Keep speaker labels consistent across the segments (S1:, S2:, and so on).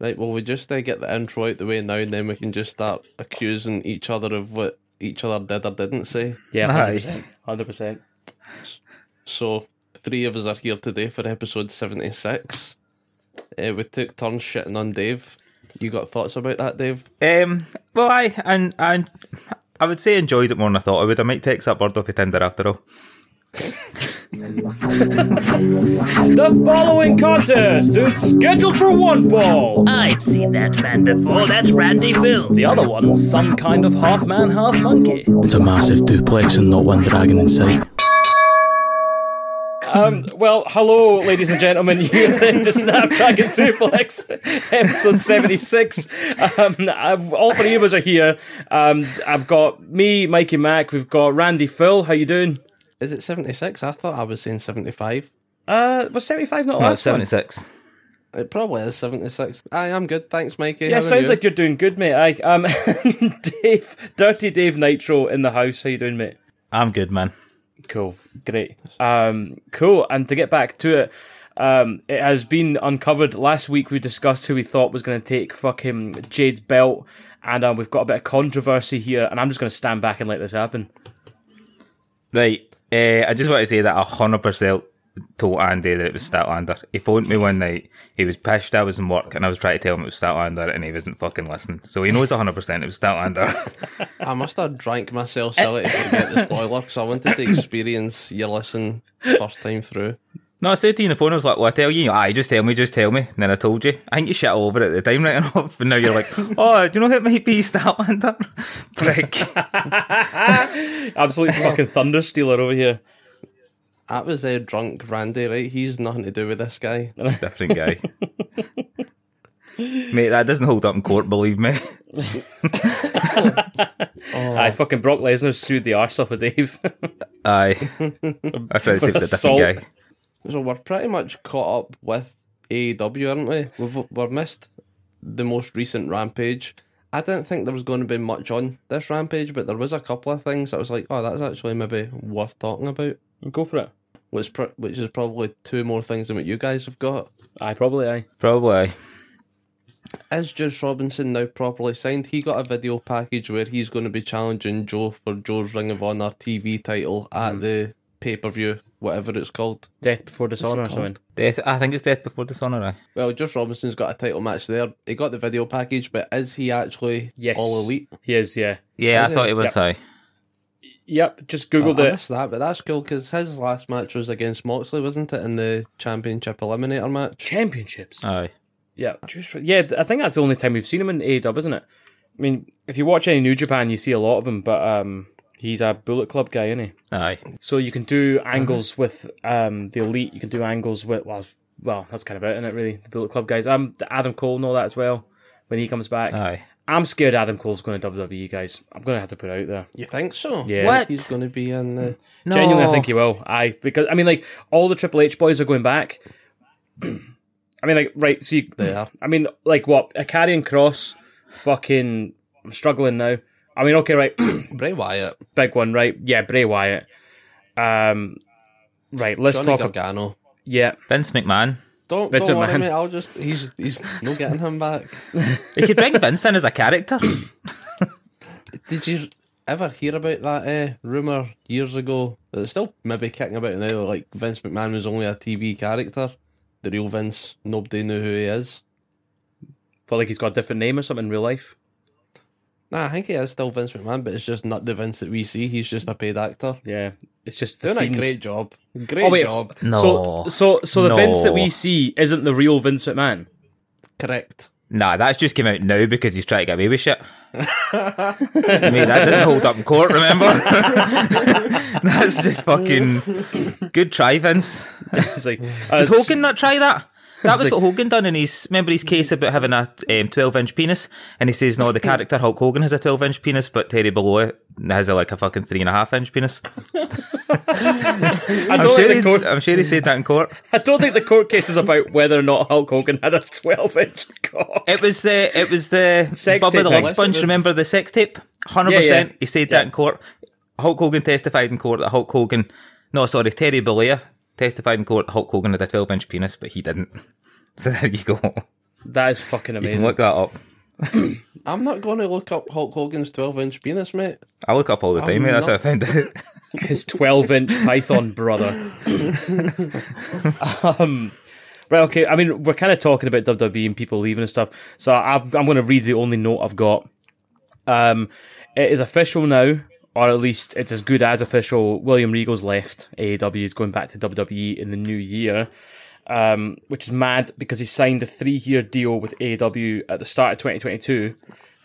S1: Right, well, we just uh, get the intro out the way now, and then we can just start accusing each other of what each other did or didn't say.
S2: Yeah,
S3: Aye.
S2: 100%. 100%.
S1: So, three of us are here today for episode 76. Uh, we took turns shitting on Dave. You got thoughts about that, Dave?
S3: Um, well, I and and I would say enjoyed it more than I thought I would. I might take that bird off of Tinder after all.
S2: The following contest is scheduled for one fall.
S4: I've seen that man before. That's Randy Phil.
S2: The other one's some kind of half man, half monkey.
S5: It's a massive duplex and not one dragon in sight.
S2: Um, well, hello, ladies and gentlemen. You're in the Snapdragon Duplex, episode 76. Um, I've, all three of us are here. Um, I've got me, Mikey Mac. We've got Randy Phil. How you doing?
S1: Is it 76? I thought I was saying 75.
S2: Uh, was 75 not
S3: No,
S2: last
S3: it's
S2: one?
S3: seventy six.
S1: It probably is 76. Aye, I'm good. Thanks, Mikey.
S2: Yeah,
S1: How are
S2: sounds
S1: you?
S2: like you're doing good, mate. Aye. Um, Dave, Dirty Dave Nitro in the house. How you doing, mate?
S3: I'm good, man.
S2: Cool. Great. Um, cool. And to get back to it, um, it has been uncovered. Last week we discussed who we thought was going to take fucking Jade's belt, and um, we've got a bit of controversy here, and I'm just going to stand back and let this happen.
S3: Right. Uh, I just want to say that I hundred percent told Andy that it was Statlander. He phoned me one night. He was pissed I was in work, and I was trying to tell him it was Statlander, and he wasn't fucking listening. So he knows hundred percent it was Statlander.
S1: I must have drank myself silly to forget the spoiler because I wanted to experience your listen first time through.
S3: no, I said to you on the phone. I was like, "Well, I tell you, aye, just tell me, just tell me." And then I told you. I think you shit all over it at the time, right enough. And now you're like, "Oh, do you know it might be Statlander, prick."
S2: Absolute fucking thunder stealer over here.
S1: That was a drunk Randy, right? He's nothing to do with this guy.
S3: Different guy. Mate, that doesn't hold up in court, believe me.
S1: Oh.
S2: Aye, fucking Brock Lesnar sued the arse off of Dave.
S3: Aye. I tried to say it's a
S2: Assault.
S3: different guy.
S1: So we're pretty much caught up with AEW, aren't we? We've we've missed the most recent Rampage. I didn't think there was going to be much on this Rampage, but there was a couple of things that was like, oh, that's actually maybe worth talking about.
S2: Go for it.
S1: Which pr- which is probably two more things than what you guys have got.
S2: Aye, probably aye.
S3: Probably.
S1: Is Juice Robinson now properly signed? He got a video package where he's going to be challenging Joe for Joe's Ring of Honor TV title at the pay per view, whatever it's called.
S2: Death before dishonor or something.
S3: Death, I think it's Death Before Dishonour, aye.
S1: Well, Josh Robinson's got a title match there. He got the video package, but is he actually
S2: Yes.
S1: all elite?
S2: He is, yeah.
S3: Yeah,
S1: Is
S3: I thought
S1: it?
S3: it was, aye.
S2: Yep, just
S1: I
S2: Googled it.
S1: missed that, but that's cool because his last match was against Moxley, wasn't it? In the championship eliminator match.
S2: Championships.
S3: Aye.
S2: Uh, Yeah, just yeah. I think that's the only time we've seen him in AEW, isn't it? I mean, if you watch any New Japan, you see a lot of him, but um, he's a Bullet Club guy, isn't he?
S3: Aye.
S2: So you can do
S3: Uh-huh.
S2: angles with um the Elite. You can do angles with well, well, that's kind of it, isn't it? Really, the Bullet Club guys. Um, Adam Cole and all that as well. When he comes back,
S3: Aye.
S2: I'm scared Adam Cole's going to WWE, guys. I'm going to have to put it out there.
S1: You think so?
S2: Yeah.
S3: What?
S1: He's going to be in the.
S3: No.
S2: Genuinely, I think he will. I because I mean, like all the Triple H boys are going back. I mean, like right. So you,
S1: They are.
S2: I mean, like what? A carrying cross. Fucking, I'm struggling now. I mean, okay, right,
S1: Bray Wyatt,
S2: big one, right? Yeah, Bray Wyatt. Um, right. Let's
S1: Johnny
S2: talk. Ab-
S1: Gargano.
S2: yeah,
S3: Vince McMahon.
S1: Don't,
S2: Vince
S1: don't worry,
S2: McMahon.
S1: mate. I'll just. He's he's no getting him back.
S3: He could bring Vince in as a character.
S1: Did you ever hear about that uh, rumor years ago? It's still maybe kicking about now. Like Vince McMahon was only a TV character. The real Vince, nobody knew who he is.
S2: but like he's got a different name or something in real life.
S1: Nah, I think he is still Vince McMahon, but it's just not the Vince that we see. He's just a paid actor.
S2: Yeah, it's just the
S1: Doing a
S2: Fiend.
S1: great job. Great
S2: Oh, wait.
S1: job.
S3: No.
S2: So, so, so the
S3: No.
S2: Vince that we see isn't the real Vince McMahon.
S1: Correct.
S3: Nah, that's just came out now because he's trying to get away with shit. Mate, that doesn't hold up in court, remember? that's just fucking good try, Vince.
S2: It's like uh,
S3: Did Hogan not try that? That was what Hogan done in his remember his case about having a um, twelve inch penis, and he says no, the character Hulk Hogan has a twelve inch penis, but Terry Bollea has a, like a fucking three and a half inch penis.
S2: I
S3: I'm
S2: don't
S3: sure,
S2: like the
S3: he,
S2: court-
S3: I'm sure he said that in court.
S2: I don't think the court case is about whether or not Hulk Hogan had a 12 inch cock.
S3: It was the it was the
S2: Sex
S3: Bubba
S2: tape,
S3: the Leg
S2: Alex.
S3: Sponge. Remember the sex tape? Hundred
S2: Yeah, yeah.
S3: percent. He said that in court. Hulk Hogan testified in court that Hulk Hogan, no, sorry, Terry Bollea testified in court that Hulk Hogan had a twelve inch penis, but he didn't. So there you go.
S2: That is fucking
S3: You can
S2: amazing.
S3: look that up.
S1: I'm not going to look up Hulk Hogan's 12 inch penis, mate.
S3: I look up all the time, mate. That's how I find out.
S2: his 12 inch python brother. um, right, okay. I mean, we're kind of talking about WWE and people leaving and stuff. So I, I'm going to read the only note I've got. Um, it is official now, or at least it's as good as official. William Regal's left. AEW is going back to WWE in the new year. Um, which is mad because he signed a three-year deal with AEW at the start of 2022,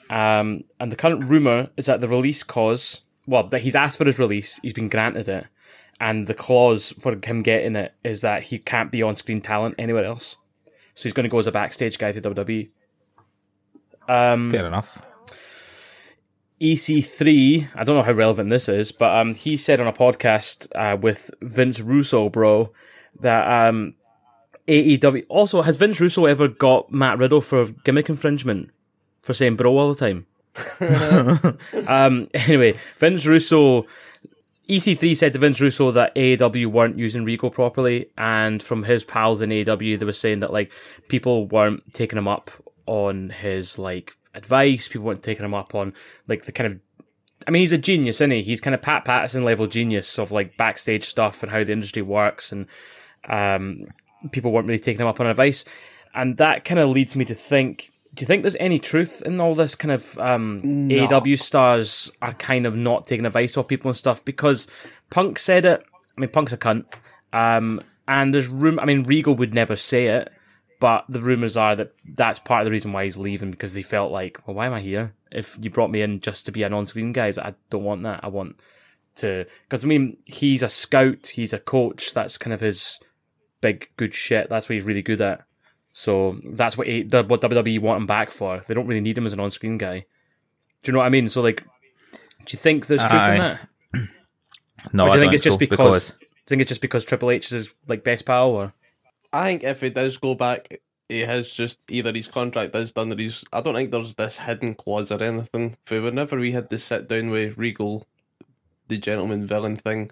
S2: um, and the current rumor is that the release clause, well, that he's asked for his release, he's been granted it, and the clause for him getting it is that he can't be on-screen talent anywhere else. So he's going to go as a backstage guy to E. WWE.
S3: Fair enough.
S2: EC3, E I don't know how relevant this is, but um, he said on a podcast uh, with Vince Russo, bro, that um, AEW. Also, has Vince Russo ever got Matt Riddle for gimmick infringement for saying bro all the time? um, anyway, Vince Russo. EC3 E said to Vince Russo that AEW weren't using Regal properly, and from his pals in AEW, they were saying that like people weren't taking him up on his like advice. People weren't taking him up on like the kind of. I mean, he's a genius, isn't he? He's kind of Pat Patterson level genius of like backstage stuff and how the industry works, and um, people weren't really taking him up on advice, and that kind of leads me to think. Do you think there's any truth in all this kind of um, AEW stars are kind of not taking advice off people and stuff? Because Punk said it. I mean, Punk's a cunt. Um, and there's room. I mean, Regal would never say it, but the rumors are that that's part of the reason why he's leaving because they felt like, well, why am I here? If you brought me in just to be an on-screen guy, he's like, I don't want that. I want to because I mean, he's a scout, he's a coach. That's kind of his big good shit. That's what he's really good at. So that's what he, the- what WWE want him back for. They don't really need him as an on-screen guy. Do you know what I mean? So like, do you think there's truth
S3: Aye.
S2: in that?
S3: No,
S2: Or
S3: I
S2: do you
S3: don't
S2: think it's just
S3: so,
S2: because,
S3: because
S2: do you think it's just because Triple H is his, like best pal or
S1: I think if he does go back, he has just either his contract is done or he's. I don't think there's this hidden clause or anything. For whenever we had to sit down with Regal, the gentleman villain thing,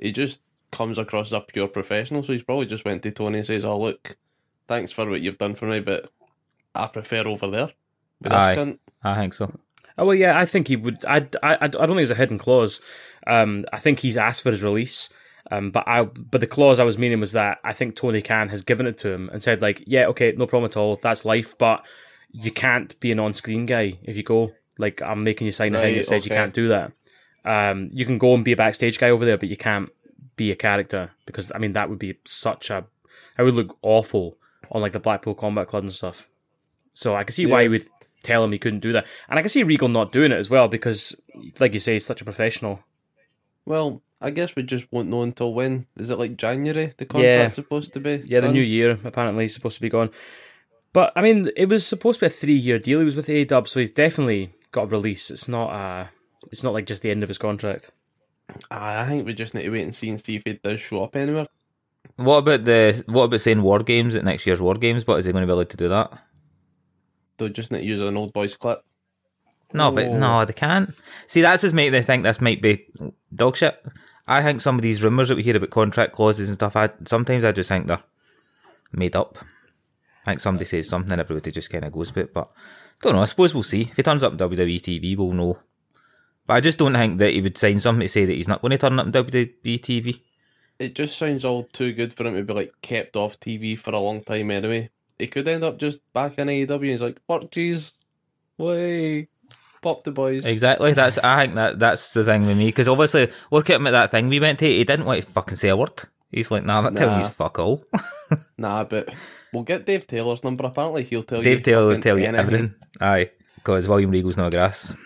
S1: he just comes across as a pure professional. So he's probably just went to Tony and says, "Oh look, thanks for what you've done for me, but I prefer over there." But
S3: Aye.
S1: this cunt,
S3: I think so.
S2: Oh well, yeah, I think he would. I, I, I don't think it's a hidden clause. Um, I think he's asked for his release. Um, but I, but the clause I was meaning was that I think Tony Khan has given it to him and said like, yeah, okay, no problem at all. That's life, but you can't be an on-screen guy if you go. Like, I'm making you sign a thing
S1: Right,
S2: that says you
S1: okay.
S2: can't do that. Um, you can go and be a backstage guy over there, but you can't be a character because I mean that would be such a. I would look awful on like the Blackpool Combat Club and stuff. So I can see why he would tell him he couldn't do that. And I can see Regal not doing it as well because, like you say, he's such a professional.
S1: well, I guess we just won't know until when. Is it like January? The contract's supposed to be.
S2: Yeah, the
S1: done?
S2: new year apparently is supposed to be gone. But I mean, it was supposed to be a three-year deal. He was with A Dub, so he's definitely got a release. It's not uh It's not like just the end of his contract.
S1: Aye, I think we just need to wait and see and see if he does show up anywhere.
S3: What about the what about saying war games at next year's war games? But is he going to be allowed to do that?
S1: They'll just need to use an old voice clip.
S3: No, but
S2: Oh.
S3: no, they can't. See, that's just make they think this might be dog shit. I think some of these rumours that we hear about contract clauses and stuff, I sometimes I just think they're made up. I think somebody says something and everybody just kind of goes with it. But don't know. I suppose we'll see. If he turns up on WWE TV, we'll know. But I just don't think that he would sign something to say that he's not going to turn up on E WWE TV.
S1: It just sounds all too good for him to be like kept off TV for a long time anyway. He could end up just back in AEW and he's like, work cheese. Way. Pop the boys.
S3: Exactly. That's I think that that's the thing with me because obviously look at him at that thing we went to. He didn't want to fucking say a word. He's like, nah, I'm not telling
S1: Nah.
S3: you fuck all.
S1: Nah, but we'll get Dave Taylor's number. Apparently he'll tell you.
S3: Dave Taylor will
S1: fucking
S3: tell you
S1: anything.
S3: everything. Aye, because William Regal's no grass.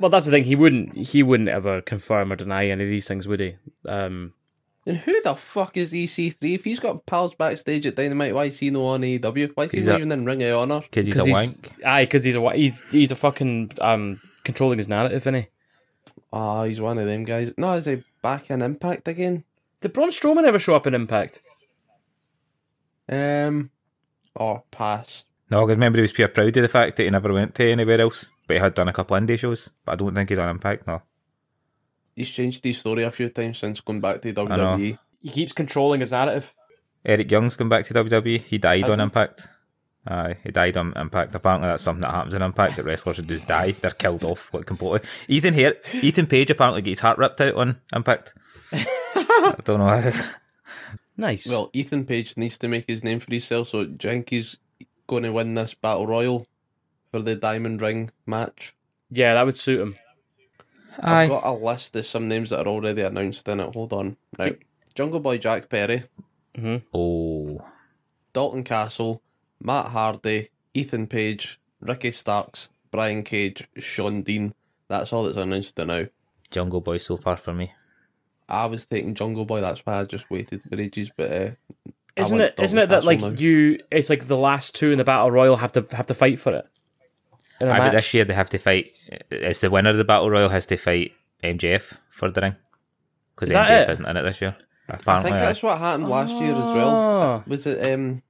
S2: Well, that's the thing. He wouldn't. He wouldn't ever confirm or deny any of these things, would he? Um,
S1: And who the fuck is EC3? If he's got pals backstage at Dynamite, why is he no on AEW? Why is he
S3: He's
S1: not
S3: a-
S1: even in Ring of Honor?
S3: Because he's a wank.
S2: Aye, because he's a wa- he's he's a fucking um controlling his narrative, isn't he?
S1: Ah, he's one of them guys. No, is he back in Impact again?
S2: Did Braun Strowman ever show up in Impact?
S1: Um, or pass.
S3: No, because remember he was pure proud of the fact that he never went to anywhere else, but he had done a couple of indie shows. But I don't think he'd done Impact. No,
S1: He's changed his story a few times since going back to E.
S3: know.
S1: WWE.
S2: He keeps controlling his narrative.
S3: Eric Young's come back to WWE. He died
S1: Has
S3: on
S1: he?
S3: Impact. Aye, he died on Impact. Apparently, that's something that happens in Impact that wrestlers just die. They're killed off like completely. Ethan here, Ethan Page apparently got his heart ripped out on Impact. I don't know.
S2: Nice.
S1: Well, Ethan Page needs to make his name for himself, so Jenky's going to win this battle royal for the Diamond Ring match.
S2: yeah, that would suit him.
S1: I've
S3: Aye,
S1: got a list of some names that are already announced in it. Hold on. Right.
S2: Keep-
S1: Jungle Boy Jack Perry,
S3: oh,
S1: Dalton Castle, Matt Hardy, Ethan Page, Ricky Starks, Brian Cage, Sean Dean. That's all that's announced now.
S3: Jungle Boy so far for me.
S1: I was taking Jungle Boy, that's why I just waited for ages, but uh, I
S2: Isn't
S1: want
S2: it? Isn't it
S1: Dalton
S2: that like
S1: Castle now.
S2: you? It's like the last two in the battle royal have to have to fight for it. In a
S3: Aye, but
S2: match.
S3: this year they have to fight. It's the winner of the battle royal has to fight MJF for the ring because
S2: Is that
S3: MJF
S2: it?
S3: isn't in it this year.
S1: I
S3: Apparently,
S1: think
S3: aye.
S1: that's what happened last year as
S3: Oh.
S2: Ah,
S1: well. Was it um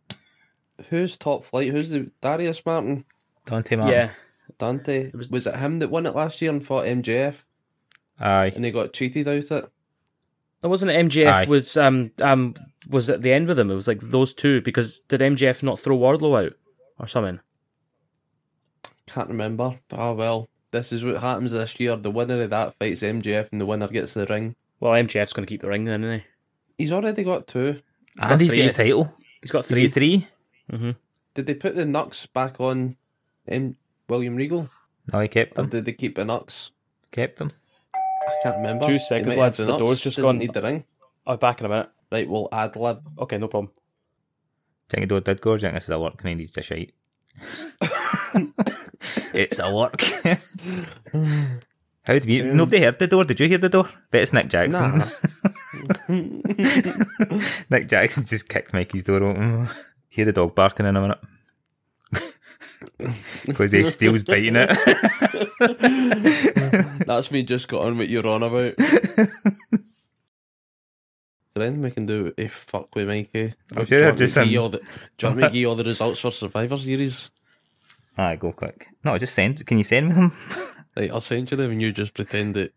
S1: who's top flight? Who's the Darius Martin?
S3: Dante Martin.
S2: yeah,
S1: Dante. Was, it him that won it last year and fought MJF
S3: Aye.
S1: and they got cheated out it?
S2: that wasn't it. MJF
S3: Aye.
S2: was um um was at the end with him. It was like those two because did MJF not throw Wardlow out or something?
S1: Can't remember. Ah well. This is what happens this year. The winner of that fights MJF and the winner gets the ring.
S2: Well, MJF's going to keep the ring then, isn't he?
S1: He's already got two.
S3: And he's
S2: three.
S3: getting a title.
S2: He's got
S3: Three,
S2: three.
S3: three.
S1: Did they put the Nux back on um, William Regal?
S3: No, he kept
S1: Or
S3: them.
S1: did they keep the Nux?
S3: Kept them.
S1: I can't remember.
S2: Two
S1: They
S2: seconds,
S1: might have
S2: lads. The
S1: Nux.
S2: door's just
S1: Doesn't
S2: gone.
S1: need the ring.
S2: Oh, back in a minute.
S1: Right, we'll ad lib.
S2: Okay, no problem.
S3: Do you think it did go? Or do you think this is a work and he needs to shite? it's a work. How did you? Nobody heard the door. Did you hear the door? Bet it's Nick Jackson.
S1: Nah.
S3: Nick Jackson just kicked Mikey's door open. Hear the dog barking in a minute. Because he steals biting it.
S1: That's me just got on what you're on about. Is there anything we can do if fuck with Mikey?
S3: I'm
S1: Do
S3: sure
S1: you
S3: they're
S1: want me
S3: just
S1: to give
S3: in-
S1: you all the- Do you want me to give you all the results for Survivor Series?
S3: Aye, go quick. No, just send. Can you send me them?
S1: Right, I'll send you them and you just pretend that,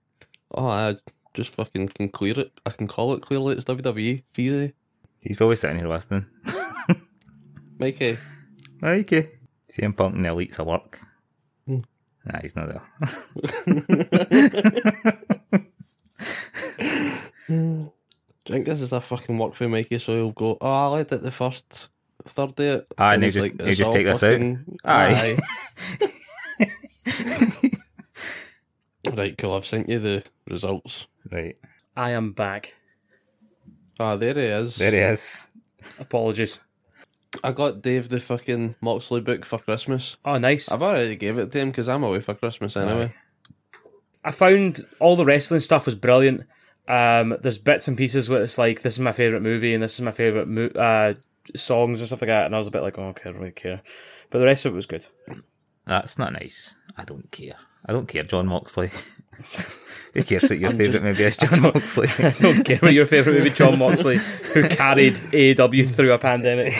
S1: oh, I just fucking can clear it. I can call it clearly. It's WWE. It's easy.
S3: He's probably sitting here listening.
S1: Mikey,
S3: Okay. CM Punk and the Elite's a work. Nah, he's not there.
S1: do you think this is a fucking work for Mikey? So he'll go, oh, I led it the first third day.
S3: Aye, and he'll
S1: he's
S3: just- he'll
S1: "It's
S3: just
S1: all
S3: take this out." Aye.
S1: aye. right, cool. I've sent you the results.
S3: Right.
S2: I am back.
S1: Ah, there he is.
S3: There he is.
S2: Apologies.
S1: I got Dave the fucking Moxley book for Christmas.
S2: Oh, nice.
S1: I've already gave it to him because I'm away for Christmas anyway.
S2: I found all the wrestling stuff was brilliant. Um, there's bits and pieces where it's like this is my favorite movie and this is my favorite mo- uh, songs and stuff like that, and I was a bit like, oh, okay, I don't really care. But the rest of it was good.
S3: That's not nice. I don't care. I don't care, John Moxley. Who cares what your favourite movie is, John Moxley?
S2: I don't care what your favorite movie, John Moxley, who carried AEW through a pandemic.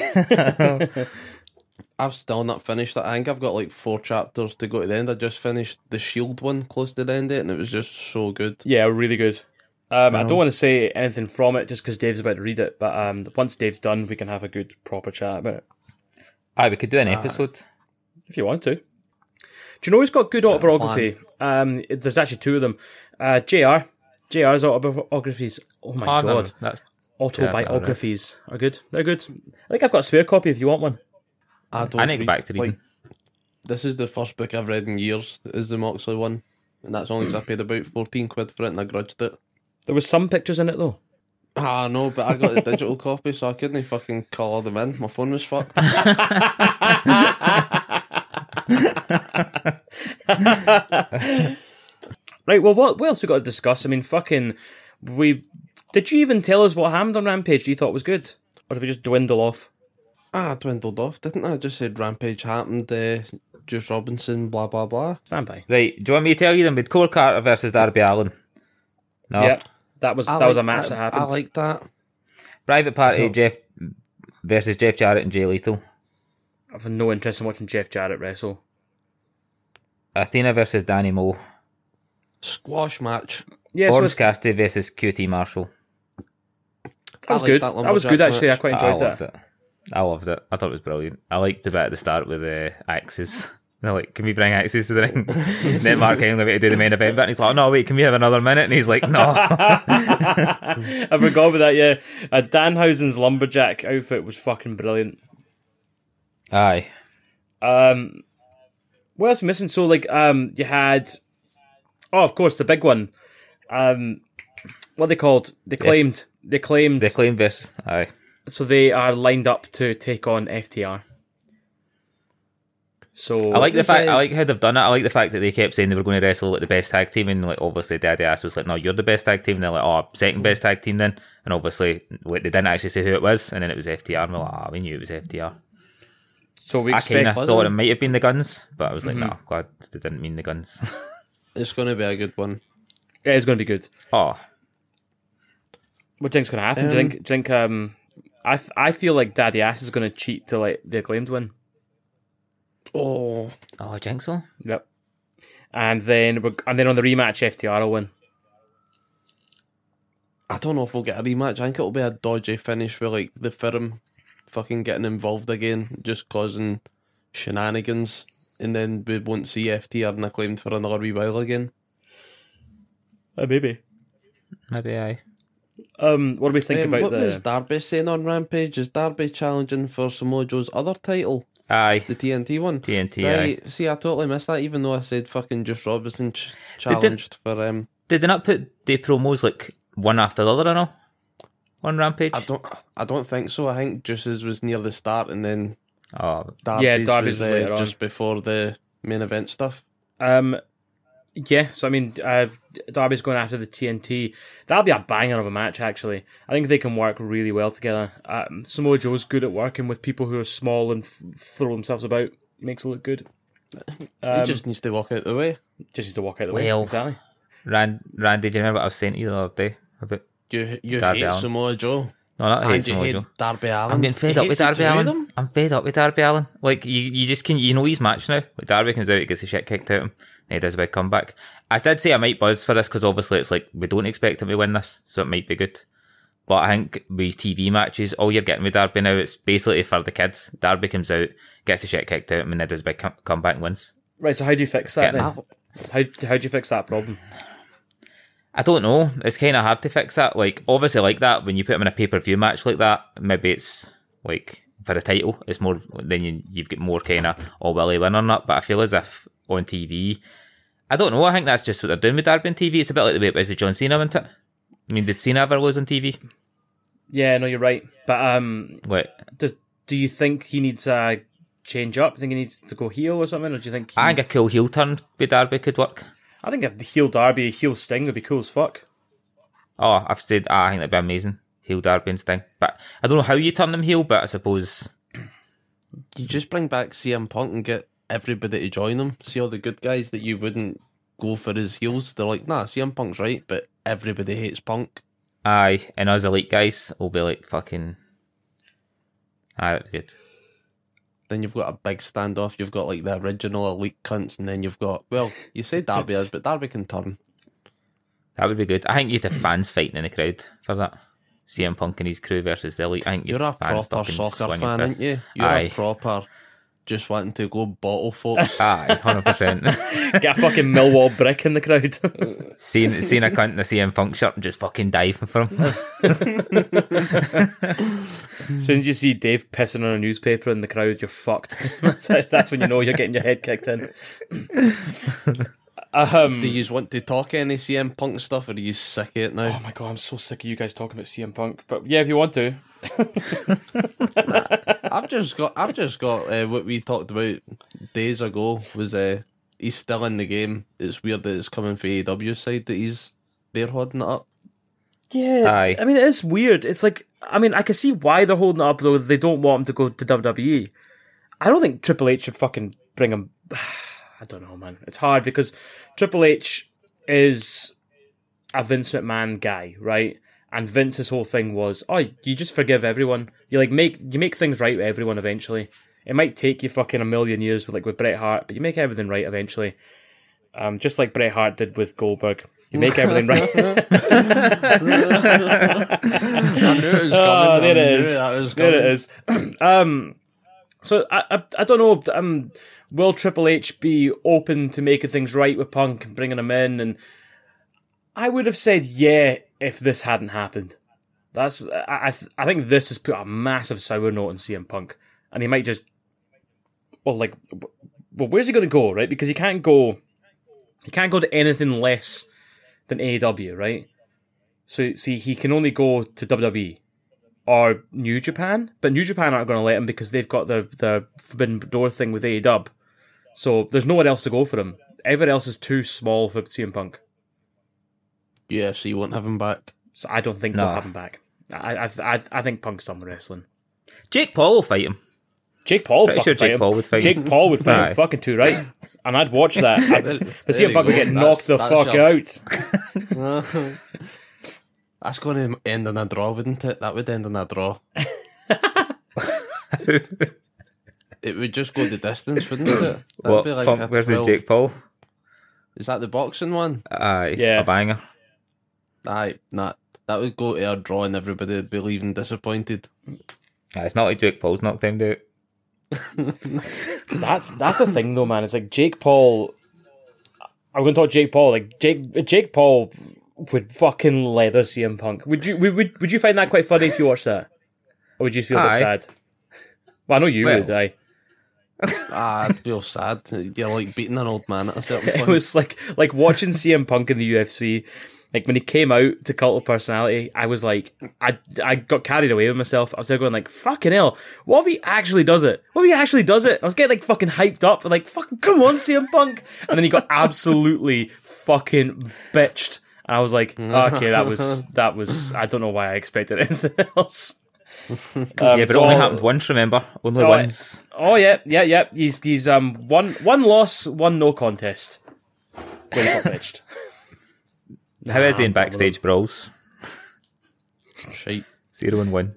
S1: I've still not finished it. I think I've got like four chapters to go to the end. I just finished the Shield one close to the end of it, and it was just so good.
S2: Yeah, really good. Um, I don't want to say anything from it just because Dave's about to read it, but um, once Dave's done, we can have a good proper chat about it
S3: Aye, we could do an episode.
S2: if you want to. Do you know who's got good autobiography? Um, there's actually two of them. Uh, Jr. Jr's autobiographies. Oh my
S3: Oh, no,
S2: god,
S3: that's
S2: autobiographies are good. They're good. I think I've got a spare copy if you want one.
S1: I don't.
S3: I need to go back to
S1: read-
S3: reading.
S1: Like, this is the first book I've read in years. Is the Moxley one, and that's only 'cause I paid about fourteen quid for it and I grudged it.
S2: There was some pictures in it though.
S1: Ah no, but I got the digital copy, so I couldn't fucking colour them in. My phone was fucked.
S2: Right. Well, what, what else we got to discuss? I mean, fucking, we. Did you even tell us what happened on Rampage? Do you thought was good, or did we just dwindle off?
S1: ah, I dwindled off, didn't I? I just said Rampage happened. Uh, Juice Robinson, blah blah blah.
S2: Stand by.
S3: Right, do you want me to tell you then? With Cole Carter versus Darby Allen. No.
S2: Yep. That was
S1: I
S2: that was a
S1: like
S2: match that, happened.
S1: I like that.
S3: Private Party, Jeff versus Jeff Jarrett and Jay Lethal.
S2: I've no interest in watching Jeff Jarrett wrestle.
S3: Athena versus Danny Moe.
S1: Squash match.
S2: Yeah, so
S3: Orange
S2: it's-
S3: Cassidy versus QT Marshall.
S2: That was
S1: liked
S2: good.
S1: that
S2: That, was good
S1: lumberjack
S2: actually. I
S1: match.
S2: quite
S3: I
S2: enjoyed that.
S3: loved it. I loved it. I thought it was brilliant. I liked the bit at the start with the axes. They're like, can we bring axes to the ring? And then Mark Henry to do the main event, but he's like, "Oh, no, wait, can we have another minute? And he's like, no.
S2: I forgot about that. Yeah, uh, Danhausen's lumberjack outfit was fucking brilliant.
S3: Aye.
S2: Um, what else missing? So like, um, you had, oh, of course, the big one. Um, what are they called? They claimed. They claimed.
S3: They claim this. Aye.
S2: so they are lined up to take on FTR. So
S3: I like the
S1: They
S3: fact.
S1: say-
S3: I like how they've done it. I like the fact that they kept saying they were going to wrestle like the best tag team, and like obviously Daddy Ass was like, "No, you're the best tag team." And they're like, "Oh, second best tag team then," and obviously like, they didn't actually say who it was, and then it was FTR. And we're like, "Ah, we knew it was FTR."
S2: so we
S3: I kind
S2: expect
S3: of
S1: was
S3: thought
S1: it?
S3: it might have been the Guns, but I was like, "No, glad they didn't mean the Guns."
S1: It's going to be a good one.
S2: yeah, it's going to be good.
S3: oh,
S2: What do you think's going to happen? do you
S1: Um,
S2: think? Do you think? Um, I f- I feel like Daddy Ass is going to cheat to like the acclaimed win.
S1: Oh,
S3: oh, Jinx will.
S2: Yep. And then we're, and then on the rematch, FTR will win.
S1: I don't know if we'll get a rematch. I think it'll be a dodgy finish with like the firm fucking getting involved again, just causing shenanigans, and then we won't see FTR and acclaimed for another wee while again.
S2: maybe.
S3: Maybe I.
S2: Um, what do we think
S1: Um,
S2: about
S1: what
S2: the?
S1: was Darby saying on Rampage? Is Darby challenging for Samoa Joe's other title,
S3: Aye.
S1: the TNT one?
S3: TNT,
S1: Right. See, I totally missed that. Even though I said fucking just Robinson ch-
S3: did-
S1: challenged for um.
S3: Did they not put the promos like one after the other and all on Rampage?
S1: I don't. I don't think so. I think Juices was near the start, and then
S3: Oh,
S1: Darby's
S2: Darby's
S1: was,
S2: was later
S1: uh,
S2: on.
S1: just before the main event stuff.
S2: Um, yeah, so I mean, uh, Darby's going after the TNT. That'll be a banger of a match, actually. I think they can work really well together. Um, Samoa Joe's good at working with people who are small and f- throw themselves about. Makes it look good.
S1: he just needs to walk out the way.
S2: Just needs to walk out the way.
S3: Well.
S2: Exactly.
S3: Rand, Randy, do you remember what I was saying to you the other day about?
S1: You you
S3: Darby
S1: hate
S3: Allin.
S1: Samoa Joe.
S3: No, not
S1: and
S3: hate
S1: you
S3: Samoa
S1: hate
S3: Joe.
S1: Darby Allen.
S3: I'm getting fed up with Darby Allen. I'm fed up with Darby Allen. Like you, you just can you know his match now. Like Darby comes out, he gets the shit kicked out of him, and he does a big comeback. I did say I might buzz for this because obviously it's like we don't expect him to win this, so it might be good. But I think with his TV matches, all you're getting with Darby now it's basically for the kids. Darby comes out, gets the shit kicked out of him, and then does a big com- comeback and wins.
S2: Right, so how do you fix that
S3: Getting
S2: then? How, how do you fix that problem?
S3: I don't know. It's kind of hard to fix that. Like, obviously, like that, when you put him in a pay per view match like that, maybe it's like for a title, it's more, then you, you've got more kind of, oh, will he win or not? But I feel as if on TV, I don't know. I think that's just what they're doing with Darby on TV. It's a bit like the way it was with John Cena, isn't it? I mean, did Cena ever lose on TV?
S2: Yeah, no, you're right. But um,
S3: Like,
S2: does do you think he needs a change up? Do you think he needs to go heel or something, or do you think? He,
S3: I think a cool heel turn with Darby could work.
S2: I think a heel Darby, a heel Sting would be cool as fuck.
S3: Oh, I've said, ah, I think that'd be amazing. Heel Darby and Sting. But I don't know how you turn them heel, but I suppose
S1: You just bring back CM Punk and get everybody to join him. See all the good guys that you wouldn't go for his heels. They're like, nah, CM Punk's right, but everybody hates Punk.
S3: Aye, and us elite guys will be like fucking. Aye, that'd be good.
S1: Then you've got a big standoff. You've got like the original elite cunts, and then you've got well, you say Darby is, but Darby can turn.
S3: That would be good. I think you'd have fans fighting in the crowd for that. CM Punk and his crew versus the elite. I think you'd
S1: You're a
S3: have fans
S1: proper
S3: fucking
S1: soccer
S3: swinging
S1: fan,
S3: fists.
S1: aren't you? You're a
S3: Aye,
S1: proper, just wanting to go bottle folks.
S3: aye, hundred percent.
S2: Get a fucking Millwall brick in the crowd.
S3: Seeing seeing a cunt in a CM Punk shirt and just fucking diving for him.
S2: As soon as you see Dave pissing on a newspaper in the crowd, you're fucked. that's, that's when you know you're getting your head kicked in. um,
S1: Do you want to talk any CM Punk stuff, or are you sick of it now?
S2: oh my god, I'm so sick of you guys talking about CM Punk. But yeah, if you want to,
S1: I've just got, I've just got uh, what we talked about days ago was uh, he's still in the game. It's weird that it's coming for AEW side that he's they're holding it up.
S2: yeah.
S3: Aye.
S2: I mean, it is weird. It's like I mean, I can see why they're holding it up though. They don't want him to go to WWE. I don't think Triple H should fucking bring him. I don't know, man. It's hard because Triple H is a Vince McMahon guy, right? And Vince's whole thing was, oh, you just forgive everyone. You like make you make things right with everyone eventually. It might take you fucking a million years with like with Bret Hart, but you make everything right eventually. um, just like Bret Hart did with Goldberg. You make everything right.
S1: I knew it was coming.
S2: Ah, there
S1: I
S2: it
S1: knew
S2: is.
S1: That was
S2: there
S1: coming.
S2: it is. um, so I, I, I don't know. Um, will Triple H be open to making things right with Punk and bringing him in? And I would have said yeah if this hadn't happened. That's I I, th- I think this has put a massive sour note on CM Punk, and he might just well like w- well where's he going to go right? Because he can't go he can't go to anything less than AEW right. So see he can only go to E. WWE or New Japan, but New Japan aren't going to let him because they've got their their Forbidden Door thing with AEW. So there's nowhere else to go for him. Everywhere else is too small for CM Punk.
S1: UFC won't have him back.
S2: So I don't think
S3: Nah.
S2: they'll have him back. I I, I I think Punk's done with wrestling.
S3: Jake Paul will fight him.
S2: Jake Paul,
S3: Pretty
S2: fucking
S3: sure
S2: fight
S3: Jake
S2: him.
S3: Paul would fight
S2: Jake
S3: him.
S2: Paul would fight him.
S3: Aye.
S2: Fucking too right. And I'd watch that. I'd, but
S1: there
S2: CM
S1: you
S2: Punk would
S1: go.
S2: get
S1: That's-
S2: knocked the
S1: that's
S2: fuck
S1: your-
S2: out.
S1: That's going to end in a draw, wouldn't it? That would end in a draw. it would just go the distance, wouldn't it? That'd
S3: What?
S1: be like
S3: Punk
S1: a
S3: versus
S1: 12
S3: Jake Paul.
S1: Is that the boxing one?
S3: Aye,
S2: Yeah.
S3: a banger.
S1: Aye, nah. That would go to a draw and everybody would be leaving disappointed.
S3: Aye, it's not like Jake Paul's knocked him out.
S2: That that's the thing though, man. It's like Jake Paul. I'm going to talk Jake Paul. Like Jake Jake Paul would fucking leather CM Punk. Would you would would, would you find that quite funny if you watched that, or would you feel a bit
S3: Aye.
S2: sad? Well, I know you
S3: Well.
S2: would. I.
S1: Ah, I'd feel sad. You're like beating an old man at a certain
S2: It
S1: point.
S2: was like like watching CM Punk in the UFC. Like when he came out to Cult of Personality, I was like, I, I got carried away with myself. I was there going like, fucking hell, what if he actually does it? What if he actually does it? I was getting like fucking hyped up, like fucking come on, CM Punk, and then he got absolutely fucking bitched, and I was like, okay, that was that was. I don't know why I expected anything else. Um,
S3: Yeah, but it
S2: so-
S3: only happened once, remember? Only
S2: Oh,
S3: once.
S2: Oh yeah, yeah, yeah. He's he's um one one loss, one no contest. When he got bitched.
S3: How is he in backstage brawls?
S1: Shite.
S3: Zero and one.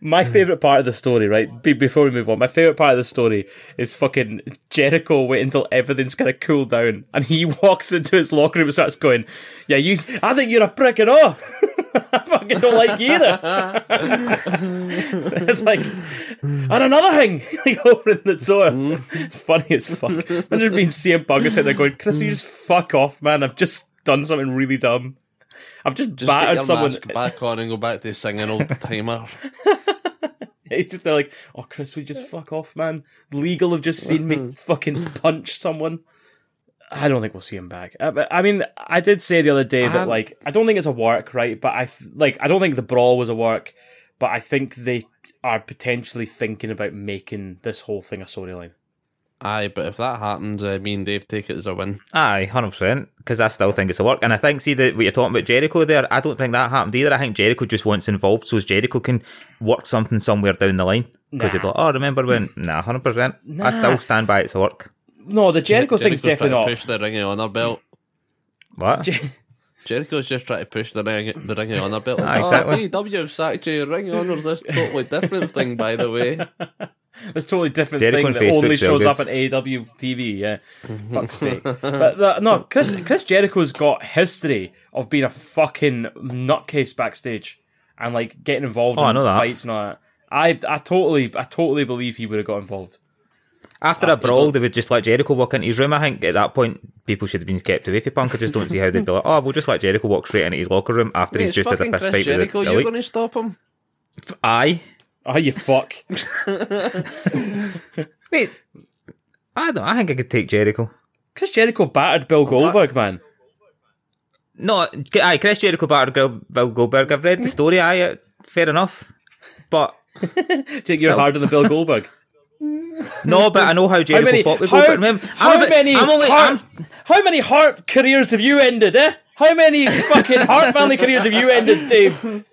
S2: My favorite part of the story, right? Be- before we move on, my favorite part of the story is fucking Jericho waiting until everything's kind of cooled down, and he walks into his locker room and starts going, "Yeah, you. I think you're a prick and all. I fucking don't like you either." it's like, and another thing, like opening the door. It's funny as fuck. Imagine being CM Punk and sitting there going, "Chris, you just fuck off, man. I've just done something really dumb. I've just,
S1: Just get
S2: battered
S1: your
S2: someone."
S1: mask back on and go back to singing old timer.
S2: It's just they're like, oh, Chris, we just fuck off, man. Legal have just seen me fucking punch someone. I don't think we'll see him back. Uh, but, I mean, I did say the other day that
S1: Um,
S2: like I don't think it's a work, right? But I f- like I don't think the brawl was a work, but I think they are potentially thinking about making this whole thing a storyline.
S1: Aye, but if that happens, uh, me and Dave take it as a win.
S3: Aye, hundred percent. Because I still think it's a work, and I think see that what you're talking about Jericho there. I don't think that happened either. I think Jericho just wants involved, so Jericho can work something somewhere down the line. Because he'd be like, oh, remember when? Nah, hundred percent. I still stand by it's a work.
S2: No, the Jericho
S1: Jericho's
S2: thing's
S1: trying
S2: definitely
S1: to
S2: not.
S1: push the ring of honor belt.
S3: What?
S1: Jericho's just trying to push the ring, the ring of honor belt. Like,
S3: Ah, exactly.
S1: Oh, AEW have sacked you. Ring of honor's this totally different thing, by the way.
S2: It's a totally different
S3: Jericho
S2: thing
S3: and
S2: that
S3: Facebook
S2: only shows
S3: showbiz.
S2: up at E AEW TV. Yeah,
S3: Mm-hmm.
S2: fuck's sake. But the, no, Chris Chris Jericho's got history of being a fucking nutcase backstage and like getting involved.
S3: Oh,
S2: in
S3: I know that.
S2: Fights and all that. I I totally I totally believe he would have got involved.
S1: Ah,
S3: After a brawl, they would just let Jericho walk into his room. I think at that point people should have been kept away from Punk. I just don't see how they'd be like, oh, we'll just let Jericho walk straight into his locker room after
S1: It's
S3: he's just had a
S1: fucking
S3: fist
S1: Chris
S3: fight
S1: Jericho.
S3: with the
S1: You're
S3: elite.
S1: going to stop him?
S3: Aye.
S2: Oh, you fuck!
S3: Wait, I don't. I think I could take Jericho.
S2: Chris Jericho battered Bill Goldberg, man.
S3: No, aye, Chris Jericho battered Gil- Bill Goldberg. I've read the
S2: Hmm?
S3: story. Aye, uh, fair enough. But
S2: Jake, you're
S3: Still.
S2: harder than Bill Goldberg.
S3: no, but I know how Jericho
S2: many-
S3: fought with
S2: how-
S3: Goldberg. Remember,
S2: how
S3: I'm a bit-
S2: many
S3: I'm only,
S2: heart-
S3: I'm,
S2: How many Hart careers have you ended, eh? How many fucking Hart family careers have you ended, Dave?